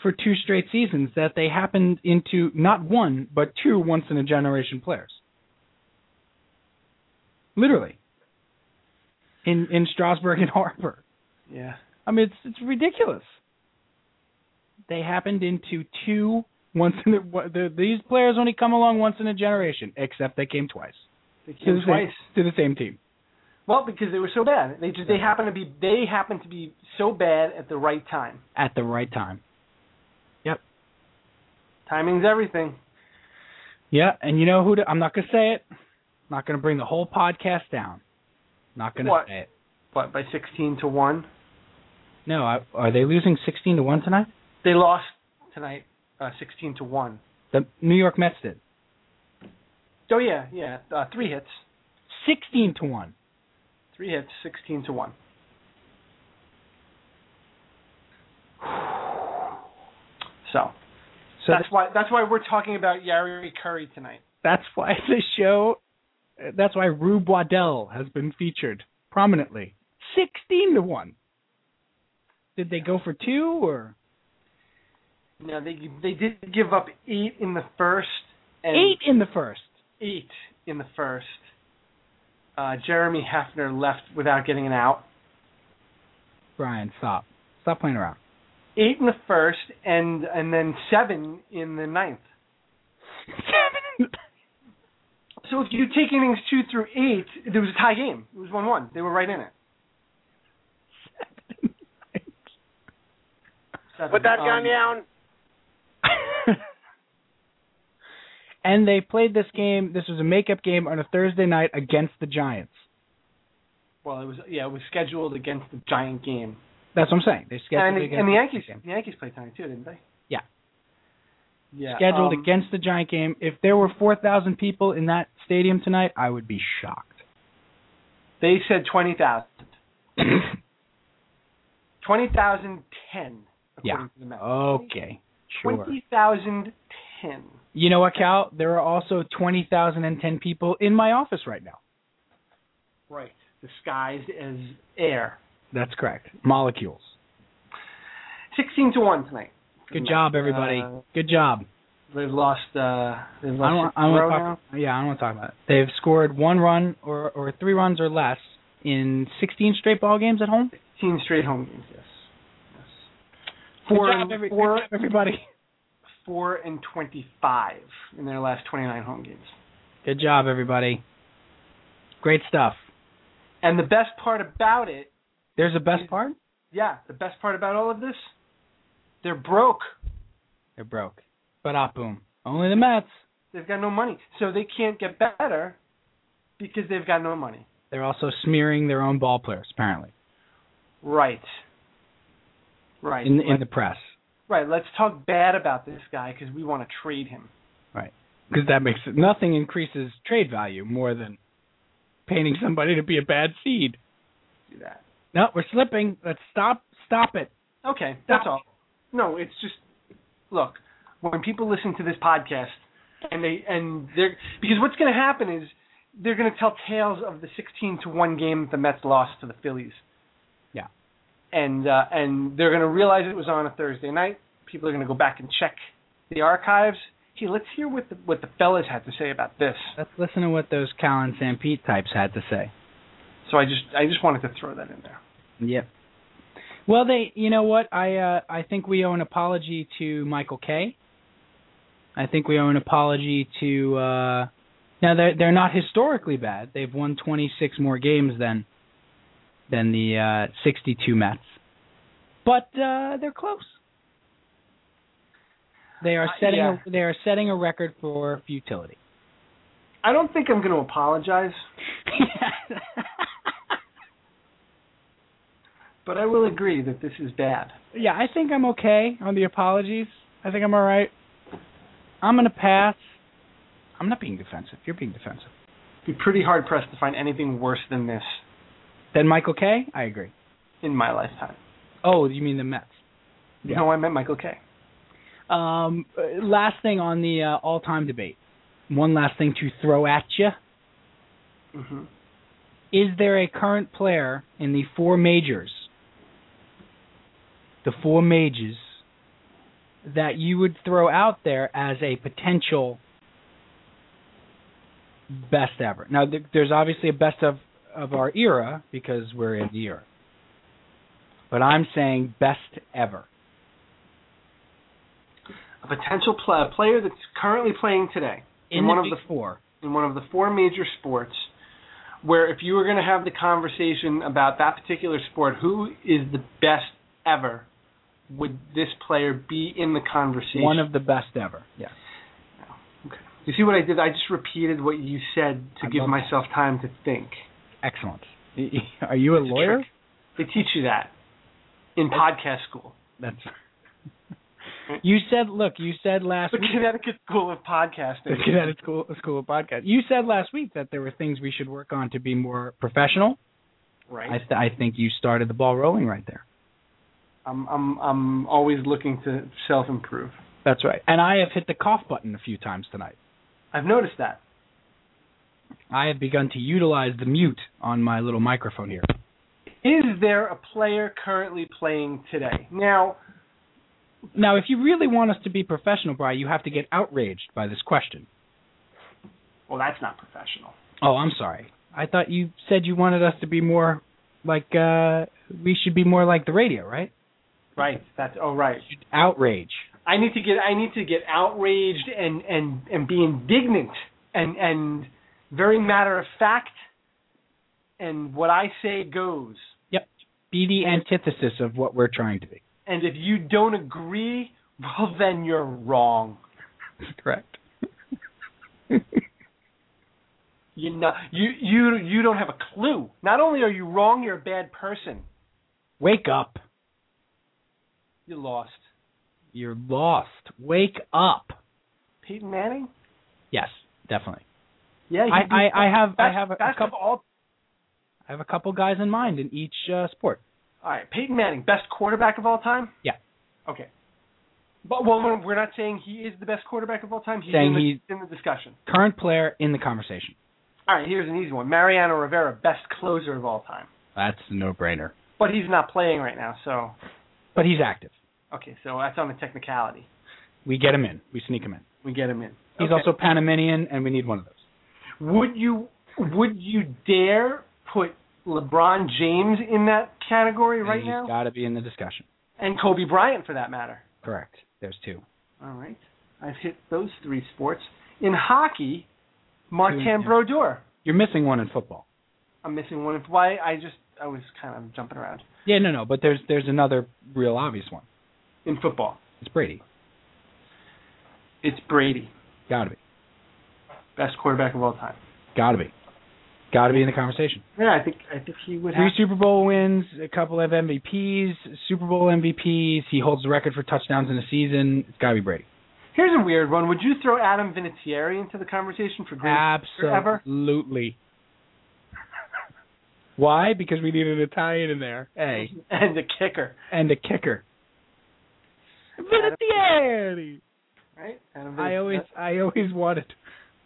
S5: for two straight seasons that they happened into not one but two once in a generation players. Literally. In in Strasburg and [LAUGHS] Harper.
S6: Yeah.
S5: I mean, it's it's ridiculous. They happened into two once in a, [LAUGHS] wha- the, these players only come along once in a generation, except they came twice
S6: They came
S5: to the
S6: twice.
S5: Same, to the same team.
S6: Well, because they were so bad. They just they happen to be they happen to be so bad at the right time.
S5: at the right time.
S6: Timing's everything.
S5: Yeah, and you know who? To, I'm not gonna say it. Not gonna bring the whole podcast down. Not gonna
S6: What?
S5: say it.
S6: What by sixteen to one?
S5: No, I, are they losing 16 to one tonight?
S6: They lost tonight, uh, sixteen to one.
S5: The New York Mets did
S6: Oh yeah, yeah. Uh, three hits,
S5: 16 to one. [SIGHS]
S6: three hits, sixteen to one. So,
S5: So
S6: that's why that's why we're talking about Yari Curry tonight.
S5: that's why [LAUGHS] the show. That's why Rube Waddell has been featured prominently. 16 to one. Did they go for two or
S6: No, they they did give up eight in the first and
S5: eight in the first?
S6: eight in the first. Uh, Jeremy Hefner left without getting an out.
S5: Brian, stop. Stop playing around.
S6: Eight in the first, and and then seven in the ninth. So if you take innings two through eight, there was a tie game. It was one-one. They were right in it. Seven.
S7: Put that gun
S6: Um,
S7: down.
S5: [LAUGHS] and they played this game. This was a makeup game on a Thursday night against the Giants.
S6: Well, it was yeah, it was scheduled against the Giant game.
S5: That's what I'm saying. They scheduled
S6: and
S5: it
S6: the,
S5: against
S6: and the Yankees,
S5: Giant game.
S6: the Yankees played tonight too, didn't they?
S5: Yeah.
S6: Yeah.
S5: Scheduled
S6: um,
S5: against the Giant game. If there were 4,000 people in that stadium tonight, I would be shocked.
S6: They said twenty thousand. Twenty thousand ten.
S5: Yeah.
S6: According to the Mets.
S5: okay. Sure.
S6: Twenty thousand ten.
S5: You know what, Cal? There are also 20,010 people in my office right now.
S6: Right. Disguised as air.
S5: That's correct. Molecules.
S6: Sixteen to one tonight.
S5: Good job, everybody.
S6: Uh,
S5: Good job.
S6: They've lost. Uh, they've
S5: I don't,
S6: lost.
S5: I don't
S6: six in a row
S5: want to talk. Yeah, I don't want to talk about it. They've scored one run or or three runs or less in 16 straight ball games at home.
S6: now. Sixteen straight home games. Yes. yes.
S5: Good
S6: Four
S5: job,
S6: and
S5: every-
S6: four,
S5: good job, everybody.
S6: four and twenty-five in their last twenty-nine home games.
S5: Good job, everybody. Great stuff.
S6: And the best part about it,
S5: There's the best part.
S6: yeah, the best part about all of this, they're broke.
S5: They're broke. But ah, boom. Only the Mets.
S6: They've got no money, so they can't get better because they've got no money.
S5: They're also smearing their own ball players apparently
S6: Right. Right.
S5: in in
S6: Let-
S5: the press
S6: right. Let's talk bad about this guy because we want to trade him.
S5: because that makes it, nothing increases trade value more than painting somebody to be a bad seed.
S6: Do that.
S5: No, we're slipping. Let's stop. Stop it.
S6: Okay, that's
S5: Stop.
S6: all. No, it's just look when people listen to this podcast and they and they're because what's going to happen is they're going to tell tales of the sixteen to one game that the Mets lost to the Phillies.
S5: Yeah.
S6: And uh, and they're going to realize it was on a Thursday night. People are going to go back and check the archives. Hey, let's hear what the what the fellas had to say about this.
S5: Let's listen to what those Cal and San Pete types had to say.
S6: So I just I just wanted to throw that in there.
S5: Yep. Well, they, you know what? I uh, I think we owe an apology to Michael K. I think we owe an apology to. Uh, now they're they're not historically bad. They've won 26 more games than than the uh, 62 Mets, but uh, they're close. They are
S6: Uh,
S5: setting
S6: yeah.
S5: a, they are setting a record for
S6: [LAUGHS]
S5: futility.
S6: I don't think I'm going to apologize, but I will agree that this is bad.
S5: Yeah, I think I'm okay on the apologies. I think I'm all right. I'm gonna pass. I'm not being defensive. You're being defensive.
S6: Be pretty hard pressed to find anything worse than this
S5: Then Michael K. I agree.
S6: in my lifetime.
S5: Oh, you mean the Mets? Yeah.
S6: No, I meant Michael K.
S5: Um, uh, last thing on the uh, all-time debate. One last thing to throw at you. Mm-hmm.
S6: hmm
S5: Is there a current player in the four majors, the four majors, that you would throw out there as a potential best ever? Now, th- there's obviously a best of of our era because we're in the era. But I'm saying best ever.
S6: A potential pl- player that's currently playing today
S5: In,
S6: In one
S5: the
S6: of
S5: big
S6: the
S5: four.
S6: in one of the four major sports where if you were going to have the conversation about that particular sport, who is the best ever, would this player be in the conversation?
S5: One of the best ever. Yes.
S6: you see what I did? I just repeated what you said to
S5: I
S6: give
S5: love that.
S6: myself time to think.
S5: Excellent. [LAUGHS] Are you a
S6: It's a
S5: lawyer?
S6: trick. They teach you that in podcast school.
S5: That's. [LAUGHS] You said, look, you said last
S6: The
S5: week.
S6: Connecticut School of Podcasting.
S5: The Connecticut School, School of Podcast. You said last week that there were things we should work on to be more professional. I,
S6: Right.
S5: th- I think you started the ball rolling right there.
S6: I'm I'm I'm always looking to self improve.
S5: That's right. And I have hit the cough button a few times tonight.
S6: I've noticed that.
S5: I have begun to utilize the mute on my little microphone here.
S6: Is there a player currently playing today? Now,
S5: Now, if you really want us to be professional, Brian, you have to get outraged by this question.
S6: well, that's not professional.
S5: Oh, I'm sorry. I thought you said you wanted us to be more like uh we should be more like the radio, right?
S6: Right. That's oh right.
S5: Outrage.
S6: I need to get I need to get outraged and and and be indignant and and very matter of fact and what I say goes.
S5: Be the antithesis of what we're trying to be. [LAUGHS]
S6: And if you don't agree, well then you're wrong.
S5: Correct.
S6: You know you you you don't have a clue. Not only are you wrong, you're a bad person.
S5: Wake up.
S6: You lost.
S5: You're lost. Wake up.
S6: Peyton Manning?
S5: Yes, definitely.
S6: Yeah,
S5: I
S6: he beat-
S5: I, I have I
S6: best,
S5: have a, a
S6: best of
S5: couple
S6: all
S5: I have a couple guys in mind in each uh, sport.
S6: All right, Peyton Manning, best quarterback of all time.
S5: Yeah.
S6: Okay. But well, we're- we're not saying he is the best quarterback of all time. He's
S5: Saying
S6: in the,
S5: he's-
S6: in the discussion.
S5: Current player in the conversation.
S6: All right, here's an easy one: Mariano Rivera, best closer of all time.
S5: That's a no-brainer.
S6: But he's not playing right now, so
S5: But he's active.
S6: okay, so that's on the technicality.
S5: We get him in. We sneak him in.
S6: We get him in.
S5: He's
S6: Okay.
S5: also Panamanian and we need one of those.
S6: Would you would you dare put LeBron James in that category right
S5: And
S6: now,
S5: He's got to be in the discussion.
S6: and Kobe Bryant for that matter?
S5: Correct. There's two.
S6: All right, I've hit those three sports. In hockey, Martin
S5: yeah.
S6: Brodeur.
S5: You're missing one in football.
S6: I'm missing one. It's why I just I was kind of jumping around
S5: Yeah, no, no, but there's there's another real obvious one.
S6: in football.
S5: It's Brady.
S6: It's Brady,
S5: Got to be.
S6: best quarterback of all time.
S5: Got to be. Got to be in the conversation.
S6: Yeah, I think I think he would
S5: Three
S6: have.
S5: Super Bowl wins, a couple of MVPs, Super Bowl MVPs. He holds the record for touchdowns in a season. It's got to be Brady.
S6: Here's a weird one. Would you throw Adam Vinatieri into the conversation for greatest ever?
S5: Absolutely. Why? Because we need an Italian in there. Hey,
S6: [LAUGHS] and the kicker,
S5: and a kicker. Vinatieri.
S6: right? Adam
S5: I
S6: Vinatieri.
S5: always I always wanted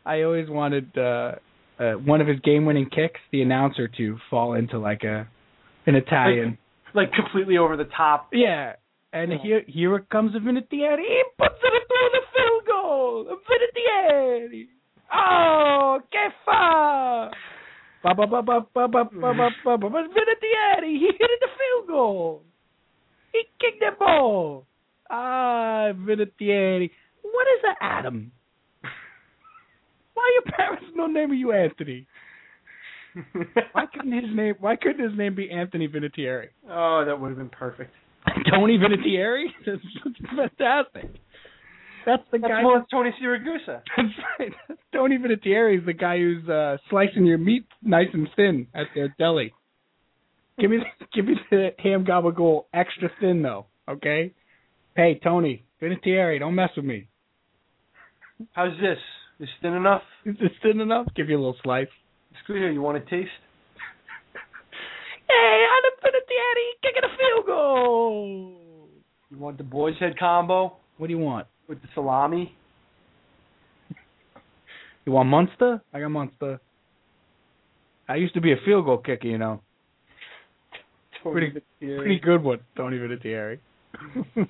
S5: I always wanted uh, uh one of his game winning kicks, the announcer to fall into like a an Italian.
S6: like completely over the top.
S5: Yeah. And here here it comes a Vinatieri. He puts it through the field goal. Vinatieri. Oh, che fa? Ba ba ba ba ba ba ba ba ba ba. ba. Vinatieri, he hit it the field goal. He kicked the ball. Ah, Vinatieri. What is an Adam? Why your parents no naming you Anthony? Why couldn't his name? Why couldn't his name be Anthony Vinatieri?
S6: [LAUGHS] oh, that would have been perfect.
S5: [LAUGHS] Tony Vinatieri? That's fantastic. That's the
S6: That's
S5: guy.
S6: well, it's Tony Siragusa.
S5: [LAUGHS] That's right. Tony Vinatieri is the guy who's uh, slicing your meat nice and thin at their deli. Give me, the, [LAUGHS] give me the ham gabagool extra thin though. Okay. Hey Tony Vinatieri, don't mess with me.
S6: How's this? Is thin enough?
S5: Is this thin enough? Give you a little slice. [LAUGHS]
S6: Squeeze here. You want a taste?
S5: Hey, I done put it daddy kicking a field goal.
S6: You want the boys head combo
S5: What do you want?
S6: with the salami?
S5: You want Munster? I got Munster. I used to be a field goal kicker, you know. Pretty- Pretty good one, Tony Vinatieri.
S6: Uh,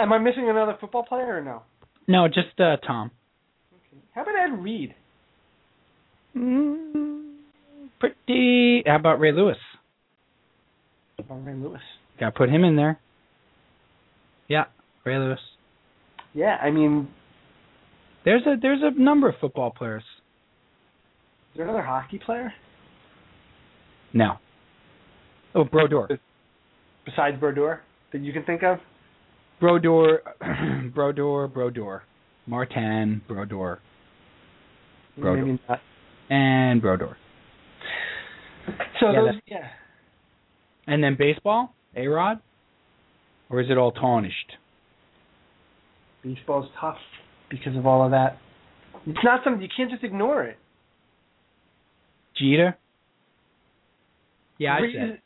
S6: am I missing another football player or no?
S5: [LAUGHS] no, just uh, Tom.
S6: How about Ed Reed?
S5: Mm, pretty. How about Ray Lewis?
S6: Or Ray Lewis.
S5: Got to put him in there. Yeah, Ray Lewis.
S6: Yeah, I mean,
S5: There's a there's a number of football players.
S6: is there another hockey player
S5: No. Oh, Brodor.
S6: besides Brodeur that you can think of?
S5: [CLEARS THROAT] Brodor, Brodor, Brodor, Martin, Brodor, Brodeur.
S6: Maybe not.
S5: and Brodor.
S6: So
S5: Yeah,
S6: those, yeah.
S5: And then baseball, A Rod, or is it all tarnished?
S6: Baseball's tough because of all of that. It's not something you can't just ignore it.
S5: Jeter. Yeah, I said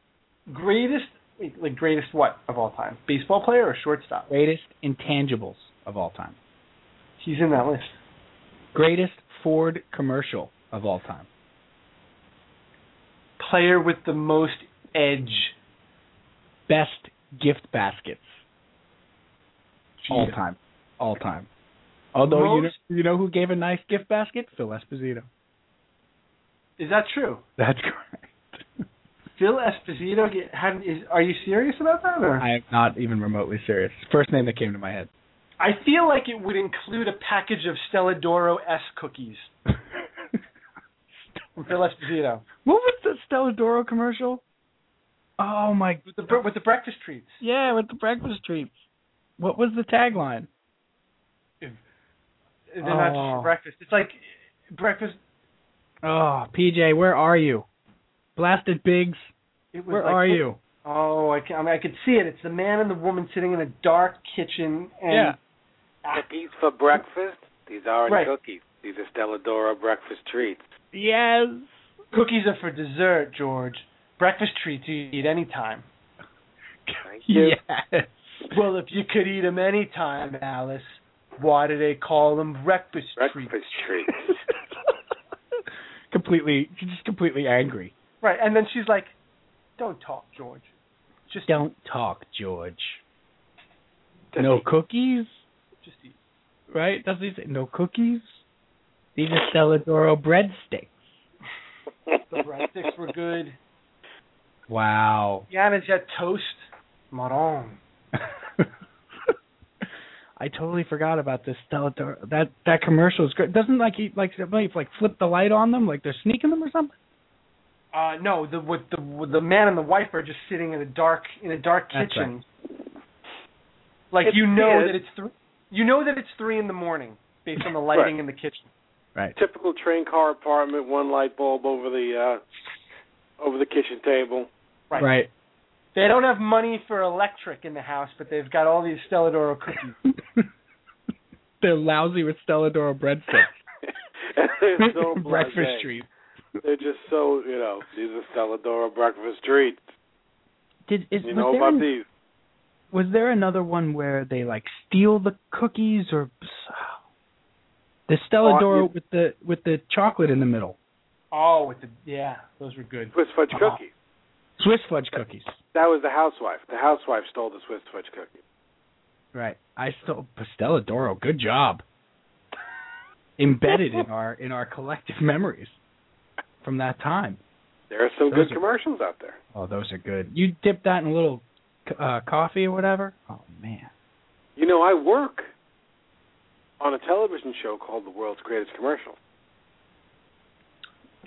S6: Greatest- greatest, wait, like greatest what of all time? Baseball player or shortstop?
S5: greatest intangibles of all time.
S6: He's in that list.
S5: Greatest Ford commercial of all time.
S6: Player with the most edge.
S5: Best gift baskets all
S6: Jeter.
S5: time. All time. Although you know,
S6: Most-
S5: you know who gave a nice gift basket? Phil Esposito.
S6: Is that true?
S5: [LAUGHS] That's correct.
S6: Phil Esposito. Get, how, is, are you serious about that? Or?
S5: I am not even remotely serious. First name that came to my head.
S6: I feel like it would include a package of Stella Doro S cookies from Phil Esposito
S5: [LAUGHS] what was the Stella Doro commercial? Oh my!
S6: with the bre- with the breakfast treats.
S5: Yeah, with the breakfast treats. What was the tagline?
S6: They're not just
S5: Oh.
S6: for breakfast. It's like breakfast.
S5: Oh, PJ, where are you? Blasted Biggs,
S6: It was
S5: where
S6: like-
S5: are you?
S6: Oh, I can, I, mean, I could see it. It's the man and the woman sitting in a dark kitchen. And
S5: Yeah.
S7: Cookies for breakfast? These aren't
S6: Right.
S7: cookies. These are Stella Dora breakfast treats.
S5: Yes.
S6: Cookies are for dessert, George. Breakfast treats you eat any time.
S7: Thank you.
S5: Yes. [LAUGHS]
S6: Well, if you could eat 'em any time, Alice, why do they call 'em breakfast, treats?
S7: Breakfast treats. [LAUGHS]
S5: completely, just completely angry.
S6: Right, and then she's like, "Don't talk, George. Just
S5: Don't talk, George.
S7: Just
S5: no
S7: eat.
S5: cookies,
S6: just eat."
S5: right? Doesn't he say no cookies? These are Stella Doro breadsticks.
S6: The breadsticks were [LAUGHS] good.
S5: Wow.
S6: Yana jet toast. Maron.
S5: [LAUGHS] I totally forgot about this Stella Doro. That that commercial is great. Doesn't like he like somebody like flip the light on them like they're sneaking them or something?
S6: Uh, no, the with the with the man and the wife are just sitting in a dark in a dark
S5: That's
S6: kitchen. Like
S7: It's
S6: you know
S7: weird.
S6: that it's three. You know that it's three in the morning based on the lighting in the kitchen.
S5: Right.
S7: Typical train car apartment, one light bulb over the uh over the kitchen table. [LAUGHS]
S6: Right.
S5: Right.
S6: They don't have money for electric in the house, but they've got all these Stella Doro cookies.
S5: [LAUGHS] they're lousy with Stella Doro breadsticks.
S7: [LAUGHS]
S5: [LAUGHS]
S7: They're so
S5: Breakfast
S7: blasé.
S5: treat.
S7: They're just so you know, these are Stella Dora breakfast treats.
S5: Did is was
S7: You know
S5: there
S7: about
S5: an-
S7: these.
S5: was there another one where they like steal the cookies or the Stella
S7: Oh, I-
S5: Doro with the with the chocolate in the middle?
S6: oh, with the yeah, those were good.
S7: Swiss fudge
S5: Uh-huh.
S7: cookies.
S5: Swiss fudge cookies.
S7: That was the housewife. The housewife stole the Swiss fudge cookie.
S5: Right. I still Stella Doro, good job.
S7: [LAUGHS]
S5: Embedded in our in our collective memories from that time.
S7: There are some
S5: Those
S7: good
S5: are-
S7: commercials out there.
S5: Oh, those are good. You dip that in a little uh, coffee or whatever. Oh man.
S7: You know, I work on a television show called The World's Greatest Commercial.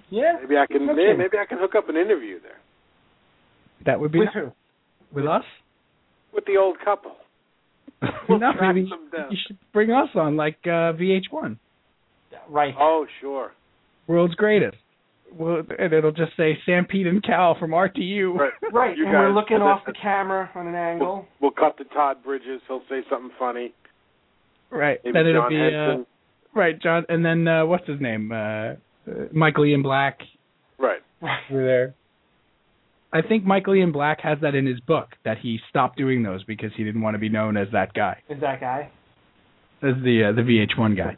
S6: Yeah.
S7: Maybe I can
S6: Okay.
S7: maybe, maybe I can hook up an interview there
S5: That would be
S6: With who?
S5: with us.
S7: with the old couple.
S5: [LAUGHS]
S7: We'll
S5: no,
S7: track
S5: maybe
S7: them down.
S5: you should bring us on like uh, VH1,
S6: Right.
S7: Oh, sure.
S5: World's Greatest. Well, and it'll just say Sam Pete and Cal from RTU.
S7: Right.
S6: Right.
S7: You
S6: and we're
S7: guys-
S6: looking off the camera on an angle.
S7: We'll cut to Todd Bridges. He'll say something funny.
S5: [LAUGHS] Right.
S7: Maybe
S5: then it'll
S7: John
S5: be uh,
S7: Henson.
S5: right, John. And then uh, what's his name? Uh, uh, Michael Ian Black
S7: Right.
S5: were there. I think Michael Ian Black has that in his book that he stopped doing those because he didn't want to be known as that guy,
S6: Is that guy?
S5: as the uh, the VH1 guy.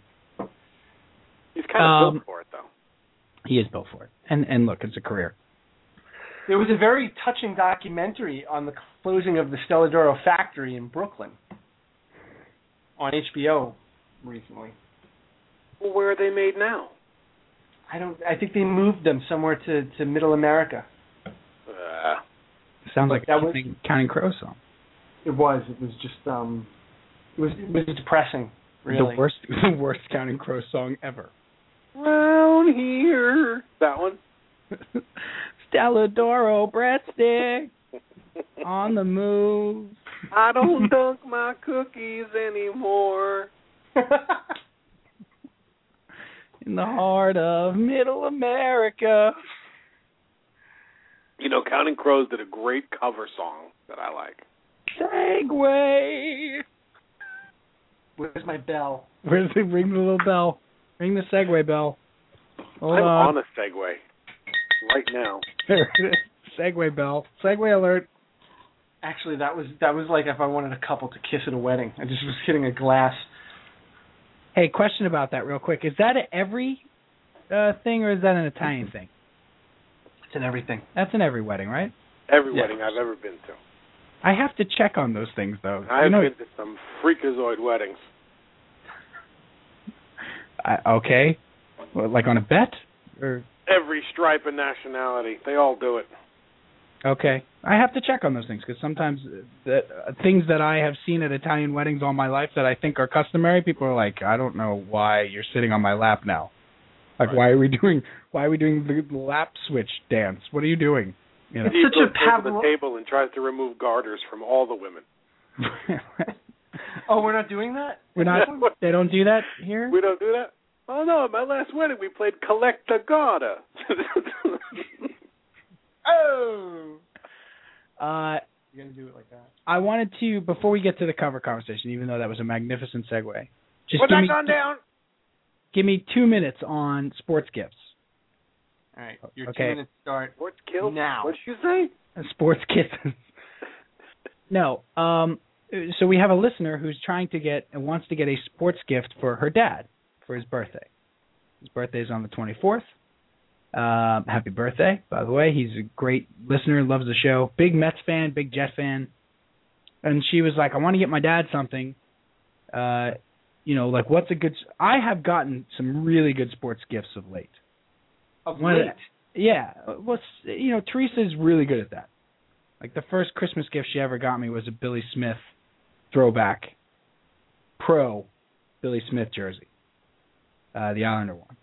S7: He's kind of
S5: Um,
S7: built for it, though.
S5: He is built for it. And and look, it's a career.
S6: There was a very touching documentary on the closing of the Stella Doro factory in Brooklyn on HBO recently.
S7: Well, where are they made now?
S6: I don't. I think they moved them somewhere to to Middle America.
S7: Uh,
S5: Sounds like
S6: That was-
S5: something Counting Crow song.
S6: It was. It was just. Um. It was. It was depressing. Really.
S5: The worst [LAUGHS] the worst Counting Crow song ever. [LAUGHS]
S7: Round here. That one.
S5: Stella Doro breadstick on the move.
S7: I don't dunk my cookies anymore.
S5: in the heart of middle America.
S7: You know, Counting Crows did a great cover song that I like.
S5: Segway.
S6: [LAUGHS] Where's my bell?
S5: Where's the ring the little bell? Ring the Segway bell. Hold
S7: I'm
S5: on.
S7: on a Segway right now.
S5: [LAUGHS] There it is. Segway bell. Segway alert.
S6: Actually, that was that was like if I wanted a couple to kiss at a wedding. I just was hitting a glass.
S5: Hey, question about that real quick. Is that a every uh thing or is that an Italian thing?
S6: It's in everything.
S5: That's an every wedding, right?
S7: Every
S6: Yeah.
S7: wedding I've ever been to.
S5: I have to check on those things though. You
S7: I've
S5: know,
S7: been to some freakazoid weddings.
S5: I, okay. Well, like on a bet or
S7: Every stripe and nationality, they all do it.
S5: Okay, I have to check on those things because sometimes that uh, things that I have seen at Italian weddings all my life that I think are customary, people are like, I don't know why you're sitting on my lap now. Like, why are we doing? Why are we doing the lap switch dance? What are you doing? You know.
S6: It's such
S7: he
S6: a
S7: goes over
S6: Pavlo-
S7: the table and tries to remove garters from all the women.
S6: Oh, we're not doing that.
S5: [LAUGHS] We're
S7: [LAUGHS]
S5: not. They don't do that here.
S7: We don't do that. Oh no! At my last wedding, we played collect the garter. [LAUGHS]
S6: Oh.
S5: Uh,
S6: You're gonna do it like that.
S5: I wanted to before we get to the cover conversation, even though that was a magnificent segue. Just
S7: Put
S5: give
S7: that
S5: me,
S7: gun down.
S5: give me two minutes on sports gifts.
S6: All right. Your
S5: Okay.
S6: two minutes start.
S7: What's killed?
S6: Now.
S7: What'd you say?
S5: sports [LAUGHS] kittens. no, um, so we have a listener who's trying to get and wants to get a sports gift for her dad for his birthday. His birthday is on the 24th. Um, happy birthday, by the way. He's a great listener, loves the show. Big Mets fan, big Jet fan. And she was like, I want to get my dad something. Uh, you know, like what's a good? s- I have gotten some really good sports gifts of late.
S6: Of
S5: One of
S6: late.
S5: Yeah, well, s- you know, Teresa's really good at that. Like the first Christmas gift she ever got me was a Billy Smith throwback pro Billy Smith jersey, uh, the Islander one,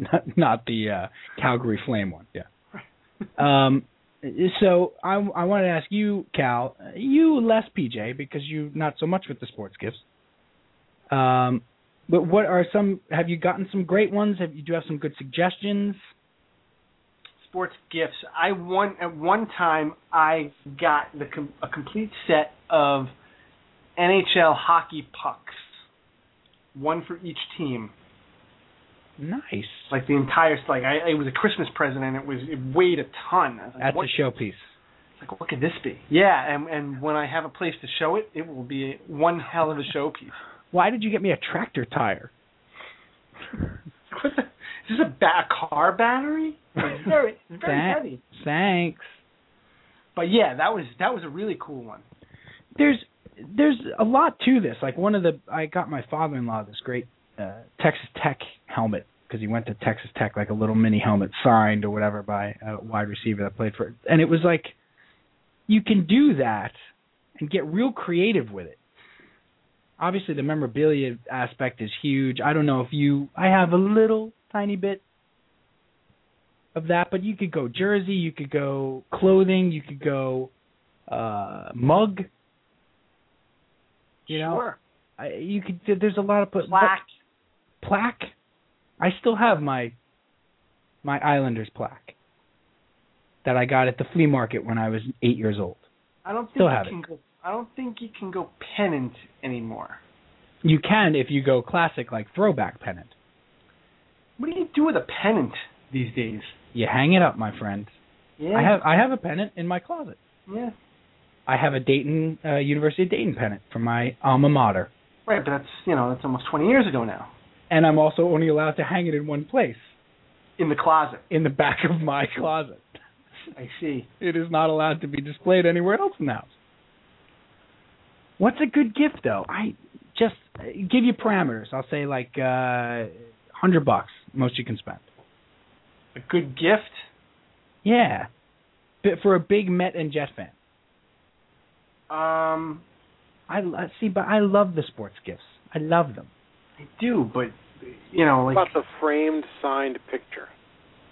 S5: [LAUGHS] not, not the uh, Calgary Flame one. Yeah. Um. So I I wanted to ask you, Cal, you less PJ because you not so much with the sports gifts. Um. But what are some? Have you gotten some great ones? Have you do you have some good suggestions?
S6: sports gifts. I won at one time. I got the com- a complete set of NHL hockey pucks, one for each team.
S5: Nice.
S6: Like the entire like I, it was a Christmas present and it was it weighed a ton. I was like,
S5: That's
S6: what,
S5: a showpiece.
S6: like what could this be? Yeah, and and when I have a place to show it, it will be one hell of a showpiece.
S5: Why did you get me a tractor tire?
S6: What the- Is this a, ba- a car battery?
S5: [LAUGHS]
S6: It's very, it's very
S5: That-
S6: heavy.
S5: Thanks.
S6: But yeah, that was that was a really cool one.
S5: There's there's a lot to this. Like one of the I got my father-in-law this great uh, Texas Tech helmet because he went to Texas Tech like a little mini helmet signed or whatever by a wide receiver that played for and it was like you can do that and get real creative with it. Obviously the memorabilia aspect is huge. I don't know if you I have a little tiny bit of that, but you could go jersey, you could go clothing, you could go uh mug. You know,
S6: Sure.
S5: I, you could there's a lot of put
S6: Plaque.
S5: plaque. I still have my my Islanders plaque that I got at the flea market when I was eight years old.
S6: I don't think
S5: Still
S6: you
S5: have it.
S6: can go. I don't think you can go pennant anymore.
S5: You can if you go classic, like throwback pennant.
S6: What do you do with a pennant these days?
S5: You hang it up, my friend.
S6: Yeah,
S5: I have I have a pennant in my closet.
S6: yeah,
S5: I have a Dayton uh, University of Dayton pennant from my alma mater,
S6: right. But that's you know that's almost twenty years ago now.
S5: and I'm also only allowed to hang it in one place,
S6: In the closet.
S5: in the back of my closet.
S6: I see.
S5: It is not allowed to be displayed anywhere else in the house. What's a good gift though? I just uh, give you parameters. I'll say like uh hundred bucks most you can spend.
S6: A good gift.
S5: Yeah, but for a big Met and Jet fan.
S6: Um,
S5: I lo- see, but I love the sports gifts. I love them.
S6: I do, but you know, like
S7: Lots of framed signed picture.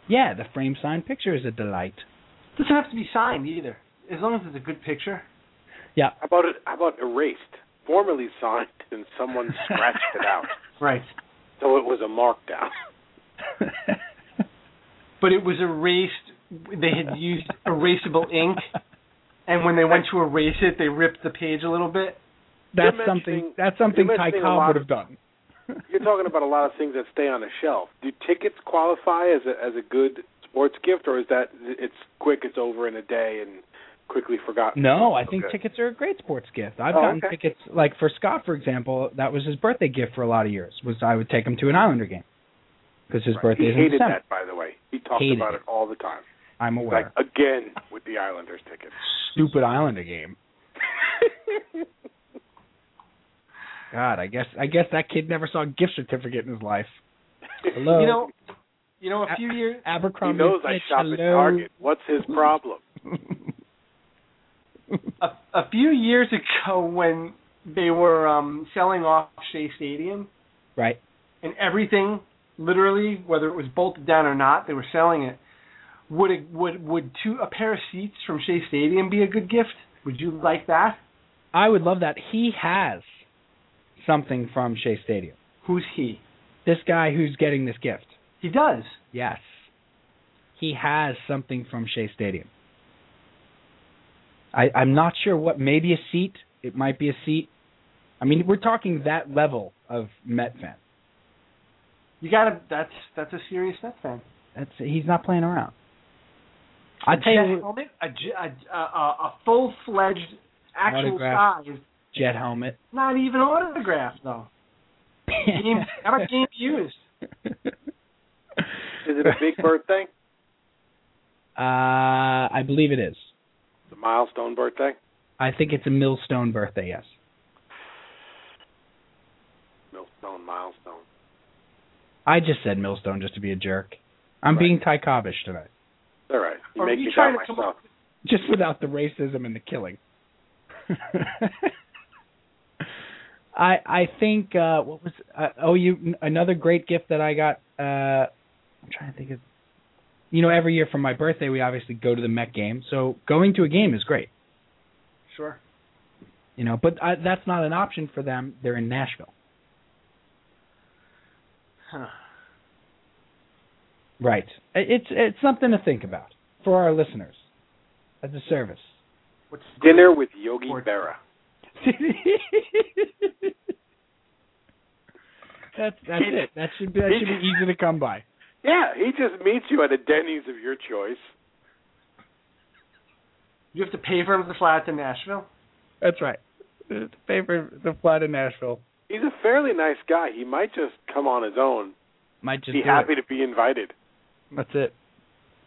S5: Yeah, the frame signed picture is a delight.
S6: doesn't have to be signed either. As long as it's a good picture.
S7: How about it? How about erased? Formerly signed, and someone
S5: [LAUGHS]
S7: scratched it out,
S6: Right.
S7: so it was a markdown. [LAUGHS]
S6: But it was erased. They had used erasable ink, and when they went to erase it, they ripped the page a little bit.
S5: That's
S7: You're
S5: something.
S7: mentioning-
S5: That's something
S7: you're
S5: Ty
S7: mentioning a
S5: Cobb
S7: lot
S5: would
S7: of-
S5: have done.
S7: You're talking about a lot of things that stay on a shelf. Do tickets qualify as a as a good sports gift, or is that it's quick, it's over in a day, and quickly forgotten?
S5: No, I think
S7: Okay.
S5: tickets are a great sports gift. I've
S7: Oh,
S5: gotten
S7: okay.
S5: tickets like for Scott, for example. That was his birthday gift for a lot of years. Was I would take him to an Islander game because his
S7: He
S5: birthday is in
S7: hated
S5: December.
S7: that, by the way. He talked
S5: Hated
S7: about
S5: it.
S7: it all the time.
S5: I'm
S7: Like
S5: aware.
S7: again with the Islanders
S5: [LAUGHS]
S7: tickets.
S5: Stupid Islander game. God, I guess I guess that kid never saw a gift certificate in his life. Hello,
S6: You know, you know, Oh. a few years.
S7: He
S5: Abercrombie.
S7: knows I
S5: Fitch,
S7: shop at
S5: hello.
S7: Target. What's his problem?
S6: a, a few years ago when they were um selling off Shea Stadium
S5: Right.
S6: and everything literally whether it was bolted down or not they were selling it would a, would would two a pair of seats from Shea Stadium be a good gift would you like that
S5: [LAUGHS] I would love that. He has something from Shea Stadium.
S6: who's he
S5: This guy who's getting this gift.
S6: he does
S5: Yes. He has something from Shea Stadium. I, I'm not sure what. Maybe a seat. It might be a seat. I mean, we're talking that level of Met fan.
S6: you got to that's that's a serious Mets fan
S5: That's he's not playing around. I
S6: A
S5: tell
S6: jet
S5: you,
S6: helmet, a, j- a, a, a full-fledged actual
S5: Autograph.
S6: size
S5: jet helmet.
S6: not even autographed though
S5: [LAUGHS]
S6: game, how about game used
S7: Is it a
S5: [LAUGHS]
S7: big birthday?
S5: Uh, I believe it is.
S7: The milestone birthday?
S5: I think it's a millstone birthday. Yes.
S7: Milestone, milestone.
S5: I just said millstone just to be a jerk. I'm
S7: Right.
S5: being Ty Cobbish tonight,
S7: It's all right. You
S6: Are
S7: make
S6: you
S7: me
S6: trying
S7: doubt
S6: to come
S7: myself.
S5: just without the racism and the killing. I I think uh what was uh, oh you another great gift that I got uh I'm trying to think of you know every year for my birthday we obviously go to the Met game so going to a game is great
S6: sure
S5: you know but I, that's not an option for them they're in Nashville
S6: Huh.
S5: right It- it's it's something to think about for our listeners as a service
S6: What's the
S7: Dinner with Yogi Berra.
S5: [LAUGHS] that's that's it. That should be that should be easy to come by.
S7: Yeah, he just meets you at a Denny's of your choice.
S6: You have to pay for him to fly out to Nashville.
S5: That's right. The favorite the flight to Nashville
S7: He's a fairly nice guy. He might just come on his own.
S5: might just
S7: be
S5: do
S7: happy
S5: it.
S7: to be invited.
S5: That's it.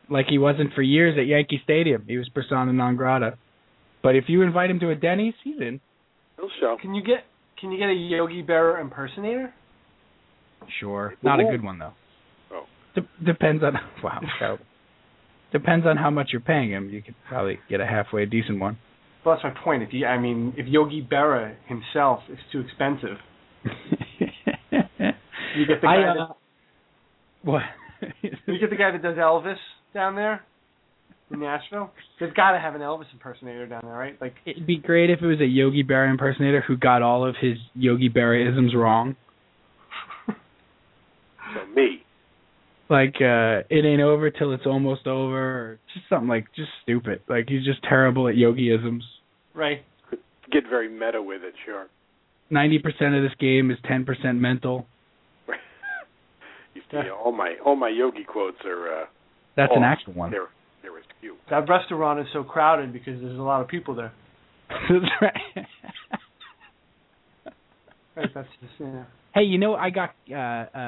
S5: Like he wasn't for years at Yankee Stadium. He was persona non grata. But if you invite him to a Denny's, he's in.
S7: He'll show.
S6: Can you get can you get a Yogi Berra impersonator?
S5: Sure. Not a good one though.
S7: Oh.
S5: De- depends on [LAUGHS] wow. terrible. Depends on how much you're paying him. You could probably get a halfway decent one.
S6: Well, that's my point. If you, I mean, if Yogi Berra himself is too expensive, [LAUGHS] you get the guy
S5: I, uh, what?
S6: that, you get the guy that does Elvis down there in Nashville. They've got to have an Elvis impersonator down there, right? Like,
S5: [LAUGHS]
S6: [LAUGHS]
S5: It'd be great if it was a Yogi Berra impersonator who got all of his Yogi Berra isms wrong.
S7: So me.
S5: Like uh it ain't over till it's almost over or just something like just stupid. Like he's just terrible at yogi isms.
S6: right?
S7: Get very meta with it, sure.
S5: 90% of this game is 10% mental.
S7: You see, all my all my yogi quotes are uh,
S5: That's an
S7: Oh,
S5: actual one.
S7: there. There was few.
S6: That restaurant is so crowded because there's a lot of people there.
S5: [LAUGHS] That's right.
S6: Right, that's just, yeah.
S5: hey, you know, I got uh,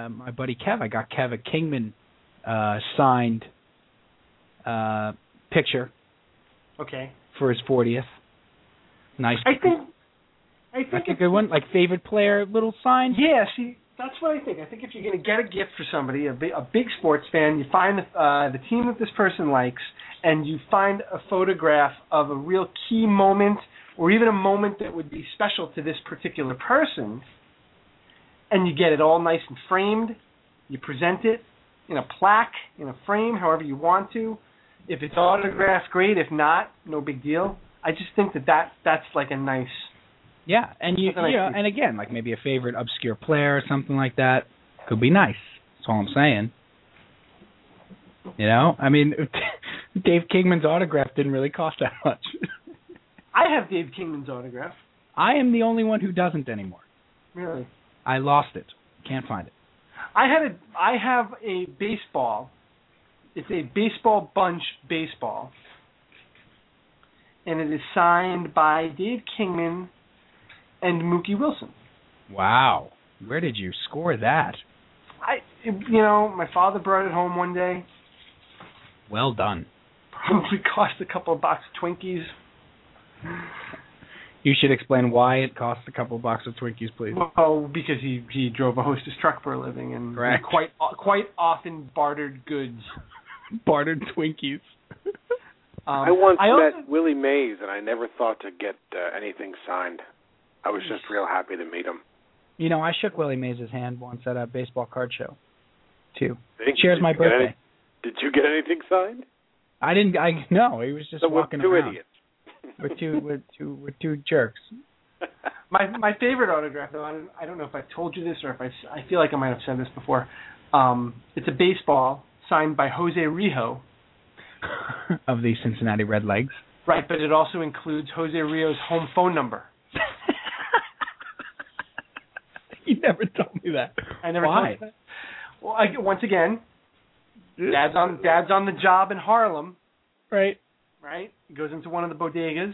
S5: uh, my buddy Kev, I got Kev a Kingman uh, signed uh, picture
S6: Okay.
S5: for his 40th. Nice.
S6: I think. I think.
S5: That's a
S6: it's-
S5: good one. Like favorite player, little sign.
S6: Yeah, see, that's what I think. I think if you're going to get a gift for somebody, a big, a big sports fan, you find uh, the team that this person likes, and you find a photograph of a real key moment, or even a moment that would be special to this particular person, and you get it all nice and framed. You present it in a plaque, in a frame, however you want to. If it's autographed, great. If not, no big deal. I just think that, that that's like a nice.
S5: Yeah, and you,
S6: That's a nice
S5: you know,
S6: piece.
S5: and again, like maybe a favorite obscure player or something like that could be nice. That's all I'm saying. You know, I mean, [LAUGHS] Dave Kingman's autograph didn't really cost that much. [LAUGHS]
S6: I have Dave Kingman's autograph.
S5: I am the only one who doesn't anymore.
S6: Really.
S5: I lost it. Can't find it.
S6: I had a I have a baseball. It's a baseball bunch baseball. And it is signed by Dave Kingman and Mookie Wilson.
S5: Wow, where did you score that?
S6: I you know, my father brought it home one day. [LAUGHS]
S5: Well done.
S6: Probably cost a couple of box of Twinkies.
S5: You should explain why it costs a couple bucks of Twinkies, please.
S6: Well, because he he drove a hostess truck for a living and
S5: Correct.
S6: quite quite often bartered goods.
S5: Bartered Twinkies.
S6: Um,
S7: I once
S6: I
S7: met
S6: also-
S7: Willie Mays, and I never thought to get uh, anything signed. I was just real happy to meet him.
S5: You know, I shook Willie Mays' hand once at a baseball card show, too.
S7: Thank you.
S5: Shares
S7: Did
S5: my
S7: you get any-
S5: birthday.
S7: did you get anything signed?
S5: I didn't. I [LAUGHS] no. He was just
S7: so we're
S5: walking
S7: two
S5: around
S7: idiots.
S5: with
S7: [LAUGHS]
S5: two with two with two jerks. [LAUGHS]
S6: My my favorite autograph, though, I don't, I don't know if I've told you this or if I, s- I feel like I might have said this before. Um, it's a baseball signed by Jose Rijo,
S5: of the Cincinnati Red Legs. [LAUGHS]
S6: right? But it also includes Jose Rijo's home phone number.
S5: you never told me that.
S6: I never
S5: Why?
S6: told you that. Well, I, once again, dad's on dad's on the job in Harlem,
S5: Right.
S6: right? He goes into one of the bodegas.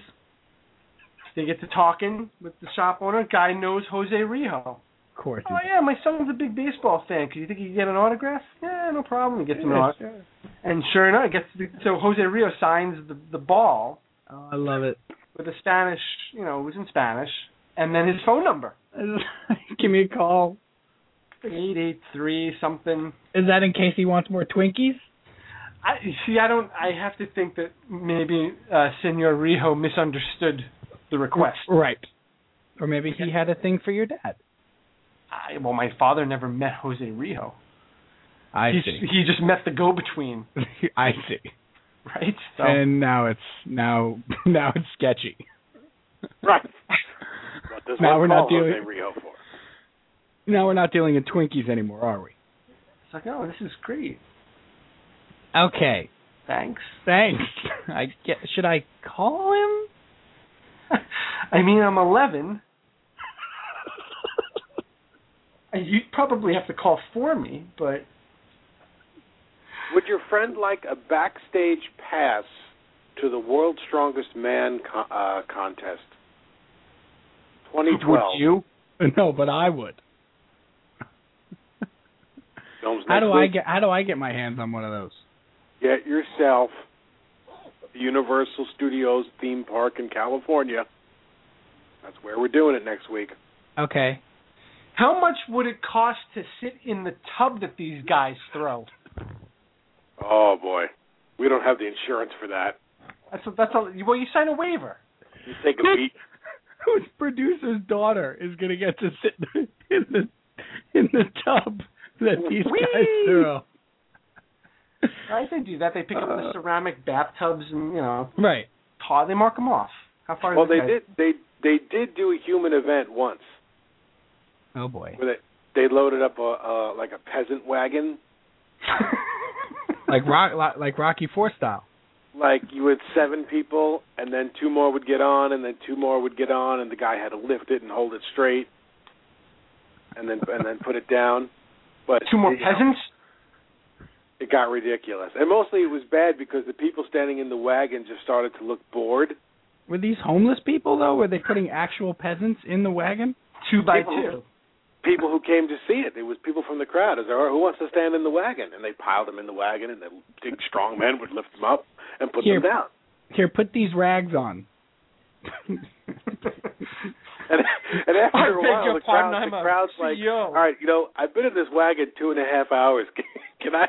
S6: They get to talking with the shop owner. Guy knows Jose Rijo.
S5: Of course.
S6: Oh yeah, my son's a big baseball fan. Could you think he could get an autograph? Yeah, no problem. He gets an autograph. And sure enough, I guess the, so Jose Rio signs the the ball
S5: Oh, I love it.
S6: with a Spanish, you know, it was in Spanish, and then his phone number
S5: [LAUGHS] Give me a call.
S6: eight eight three something.
S5: Is that in case he wants more Twinkies?
S6: I see. I don't. I have to think that maybe uh, Senor Rio misunderstood the request.
S5: Right. Or maybe he had a thing for your dad.
S6: I, well, my father never met Jose Rio.
S5: I
S6: He
S5: [LAUGHS]
S6: he just met the go-between,
S5: see. I see.
S6: right? So
S5: And now it's now [LAUGHS] now it's sketchy. [LAUGHS]
S7: Right. What does
S5: Now
S7: one
S5: we're not
S7: call
S5: dealing-
S7: Jose Rio for?
S5: Now we're not dealing in Twinkies anymore, are we?
S6: it's like, oh, this is great.
S5: Okay.
S6: Thanks.
S5: Thanks. [LAUGHS] I get, should I call him?
S6: [LAUGHS] I mean, I'm
S7: [LAUGHS]
S6: 11. you probably have to call for me, but
S7: Would your friend like a backstage pass to the World's Strongest Man co- uh, contest? 2012.
S5: you? [LAUGHS] No, but I would.
S7: Films
S5: How
S7: next
S5: do I
S7: week.
S5: get how do I get my hands on one of those?
S7: Get yourself the Universal Studios theme park in California. That's where we're doing it next week.
S5: Okay.
S6: how much would it cost to sit in the tub that these guys throw?
S7: Oh boy, we don't have the insurance for that.
S6: That's a, that's a, well, you sign a waiver.
S7: You take a beat.
S5: Whose producer's daughter is gonna get to sit [LAUGHS] in the in the tub that these guys
S6: Whee!
S5: throw?
S6: Right? They do that. They pick up the
S5: Uh.
S7: Uh-huh.
S6: ceramic bathtubs and you know,
S5: Right.
S6: ta- they mark them off. How far? is
S7: Well,
S6: it
S7: they
S6: guys?
S7: did.
S6: [LAUGHS]
S7: They they did do a human event once
S5: Oh boy.
S7: where they they loaded up a uh, like a peasant wagon.
S5: [LAUGHS] Like rock like Rocky Four style.
S7: like you had seven people and then two more would get on and then two more would get on and the guy had to lift it and hold it straight and then and then put it down but
S6: Two more
S7: you know,
S6: peasants.
S7: it got ridiculous and mostly it was bad because the people standing in the wagon just started to look bored
S5: Were these homeless people though? Were they putting actual peasants in the wagon?
S6: Two by
S7: People who-
S6: two.
S7: people who came to see it. It was people from the crowd. As who wants to stand in the wagon? And they piled them in the wagon, and the big strong men would lift them up and put
S5: Here.
S7: them down.
S5: Here, put these rags [LAUGHS] on.
S7: And, and
S6: I
S7: after a
S6: beg
S7: while,
S6: your
S7: the,
S6: pardon,
S7: crowd,
S6: I'm
S7: the
S6: a
S7: crowd's like,
S6: CEO.
S7: "All right, you know, I've been in this wagon two and a half hours. [LAUGHS] Can I,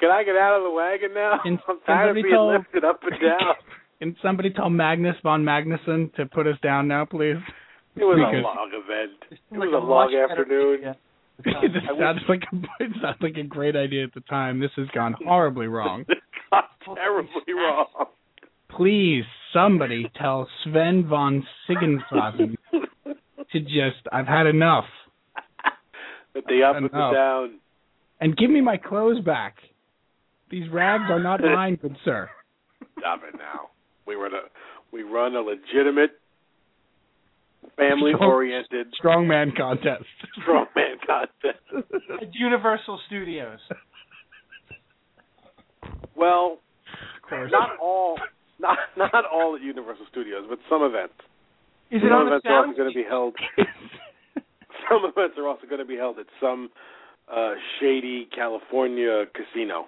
S7: can I get out of the wagon now?
S5: Can-
S7: [LAUGHS] I'm
S5: can
S7: tired of
S5: somebody
S7: being
S5: tell-
S7: lifted up [LAUGHS] and down."
S5: Can somebody tell Magnus von Magnuson to put us down now, please?
S7: It was a
S5: Because-
S7: long event. It
S6: Like
S7: was a
S6: much
S7: long
S6: better
S7: afternoon.
S6: idea.
S5: this
S7: [LAUGHS] [LAUGHS] I wish-
S5: sounds like a it sounds like a great idea at the time. This has gone horribly wrong.
S7: [LAUGHS] It got terribly wrong.
S5: Please, somebody tell Sven von Siggenfaden to just I've had enough
S7: But the up and the
S5: Enough.
S7: down.
S5: and give me my clothes back. These rags are
S7: [LAUGHS]
S5: not mine, good sir.
S7: Stop it now. We run a we run a legitimate, family oriented
S5: Strongman contest.
S7: strongman contest.
S6: uh, At Universal Studios.
S7: Well, not all not not all at Universal Studios, but some events.
S6: Is
S7: some
S6: it on the
S7: events are
S6: sound?
S7: also going to be held. [LAUGHS] some events are also going to be held at some uh shady California casino.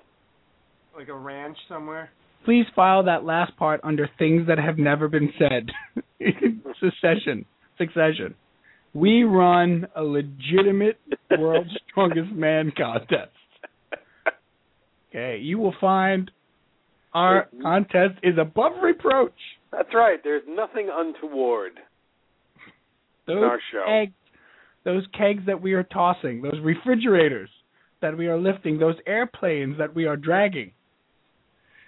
S6: Like a ranch somewhere.
S5: Please file that last part under things that have never been said. Succession. Succession. We run a legitimate world's strongest man contest. Okay, you will find our contest is above reproach.
S7: That's right. There's nothing untoward
S5: Those
S7: in our show.
S5: kegs, those kegs that we are tossing, those refrigerators that we are lifting, those airplanes that we are dragging,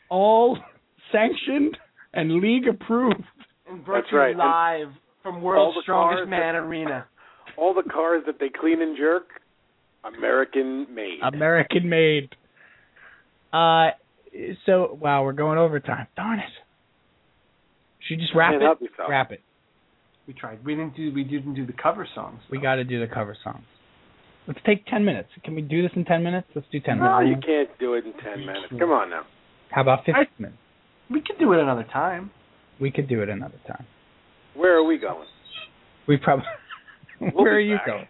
S5: all [LAUGHS] sanctioned and league approved.
S6: And brought
S7: That's
S6: you
S7: right. And
S6: live from
S7: all
S6: World's
S7: the
S6: Strongest
S7: cars
S6: Man Arena.
S7: All the cars that they clean and jerk, American made.
S5: American made. Uh, so wow, we're going overtime. Darn it! Should we just wrap
S7: Man
S5: it.
S7: up yourself.
S5: Wrap it.
S6: We tried. We didn't do. We didn't do the cover songs.
S5: We got to do the cover songs. Let's take ten minutes. Can we do this in ten minutes? Let's do ten
S7: No, you
S5: minutes.
S7: can't do it in ten minutes. Come on now.
S5: How about fifteen minutes?
S6: We could do it another time.
S5: We could do it another time.
S7: Where are we going? [LAUGHS]
S5: We [LAUGHS] probably.
S7: We'll
S5: Where
S7: be
S5: are you
S7: back.
S5: going?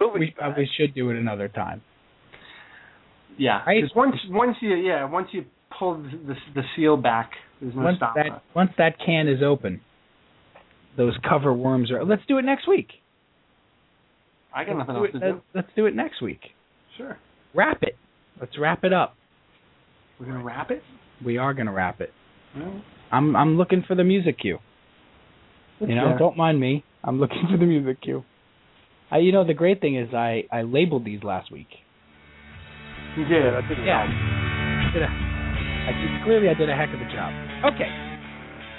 S7: We'll be
S5: We uh,
S7: back.
S5: probably should do it another time.
S6: Yeah.
S5: Right.
S6: 'Cause Once once you yeah once you pull the the, the seal back, there's no
S5: Once
S6: stopping.
S5: that once that can is open, those cover worms are. Let's do it next week.
S6: I got
S5: Let's
S6: nothing
S5: do
S6: else
S5: it,
S6: to
S7: [LAUGHS]
S5: let's,
S6: do.
S5: let's do it next week.
S6: Sure.
S5: Wrap it. Let's wrap it up.
S6: We're gonna wrap it.
S5: We are gonna wrap it.
S6: Well,
S5: I'm I'm looking for the music cue.
S6: it's
S5: you know,
S6: there.
S5: don't mind me. I'm looking for the music cue. I, you know, the great thing is I I labeled these last week.
S6: You did. I didn't
S5: Yeah. I did a- I did- clearly, I did a heck of a job. Okay.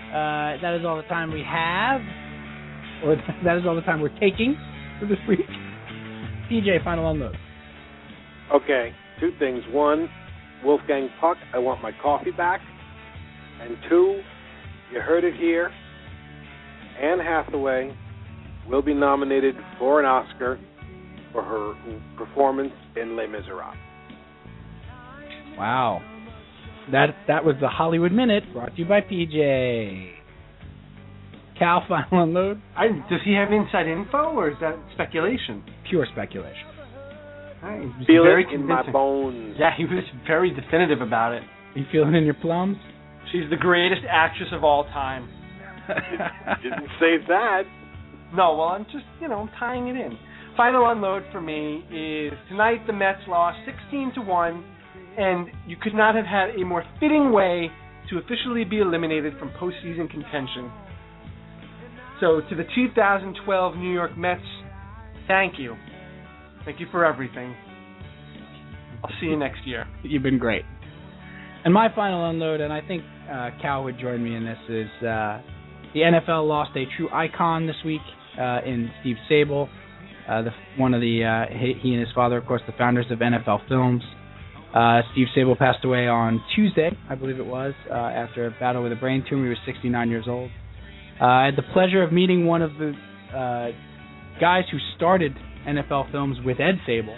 S5: Uh, that is all the time we have, or [LAUGHS] that is all the time we're taking for this week. DJ, final unload.
S7: Okay. Two things. One, Wolfgang Puck, I want my coffee back. And two, you heard it here. Anne Hathaway will be nominated for an Oscar for her performance in Les Miserables.
S5: Wow. That that was the Hollywood Minute brought to you by PJ. Cal, final unload.
S6: I, does he have inside info or is that speculation?
S5: Pure speculation.
S6: I he was
S7: Feel
S6: very
S7: it in my
S6: convincing.
S7: bones.
S6: Yeah, he was very definitive about it.
S5: You feeling in your plums?
S6: She's the greatest actress of all time.
S7: Didn't say that.
S6: No, well, I'm just, you know, I'm tying it in. Final unload for me is tonight the Mets lost 16 to 1, and you could not have had a more fitting way to officially be eliminated from postseason contention. So, to the 2012 New York Mets, thank you. Thank you for everything. I'll see you next year.
S5: You've been great. And my final unload, and I think uh, Cal would join me in this, is uh, the NFL lost a true icon this week uh, in Steve Sable, uh, the, one of the uh, he, he and his father, of course, the founders of NFL Films. Uh, Steve Sable passed away on Tuesday, I believe it was, uh, after a battle with a brain tumor. He was 69 years old. Uh, I had the pleasure of meeting one of the uh, guys who started NFL Films with Ed Sable.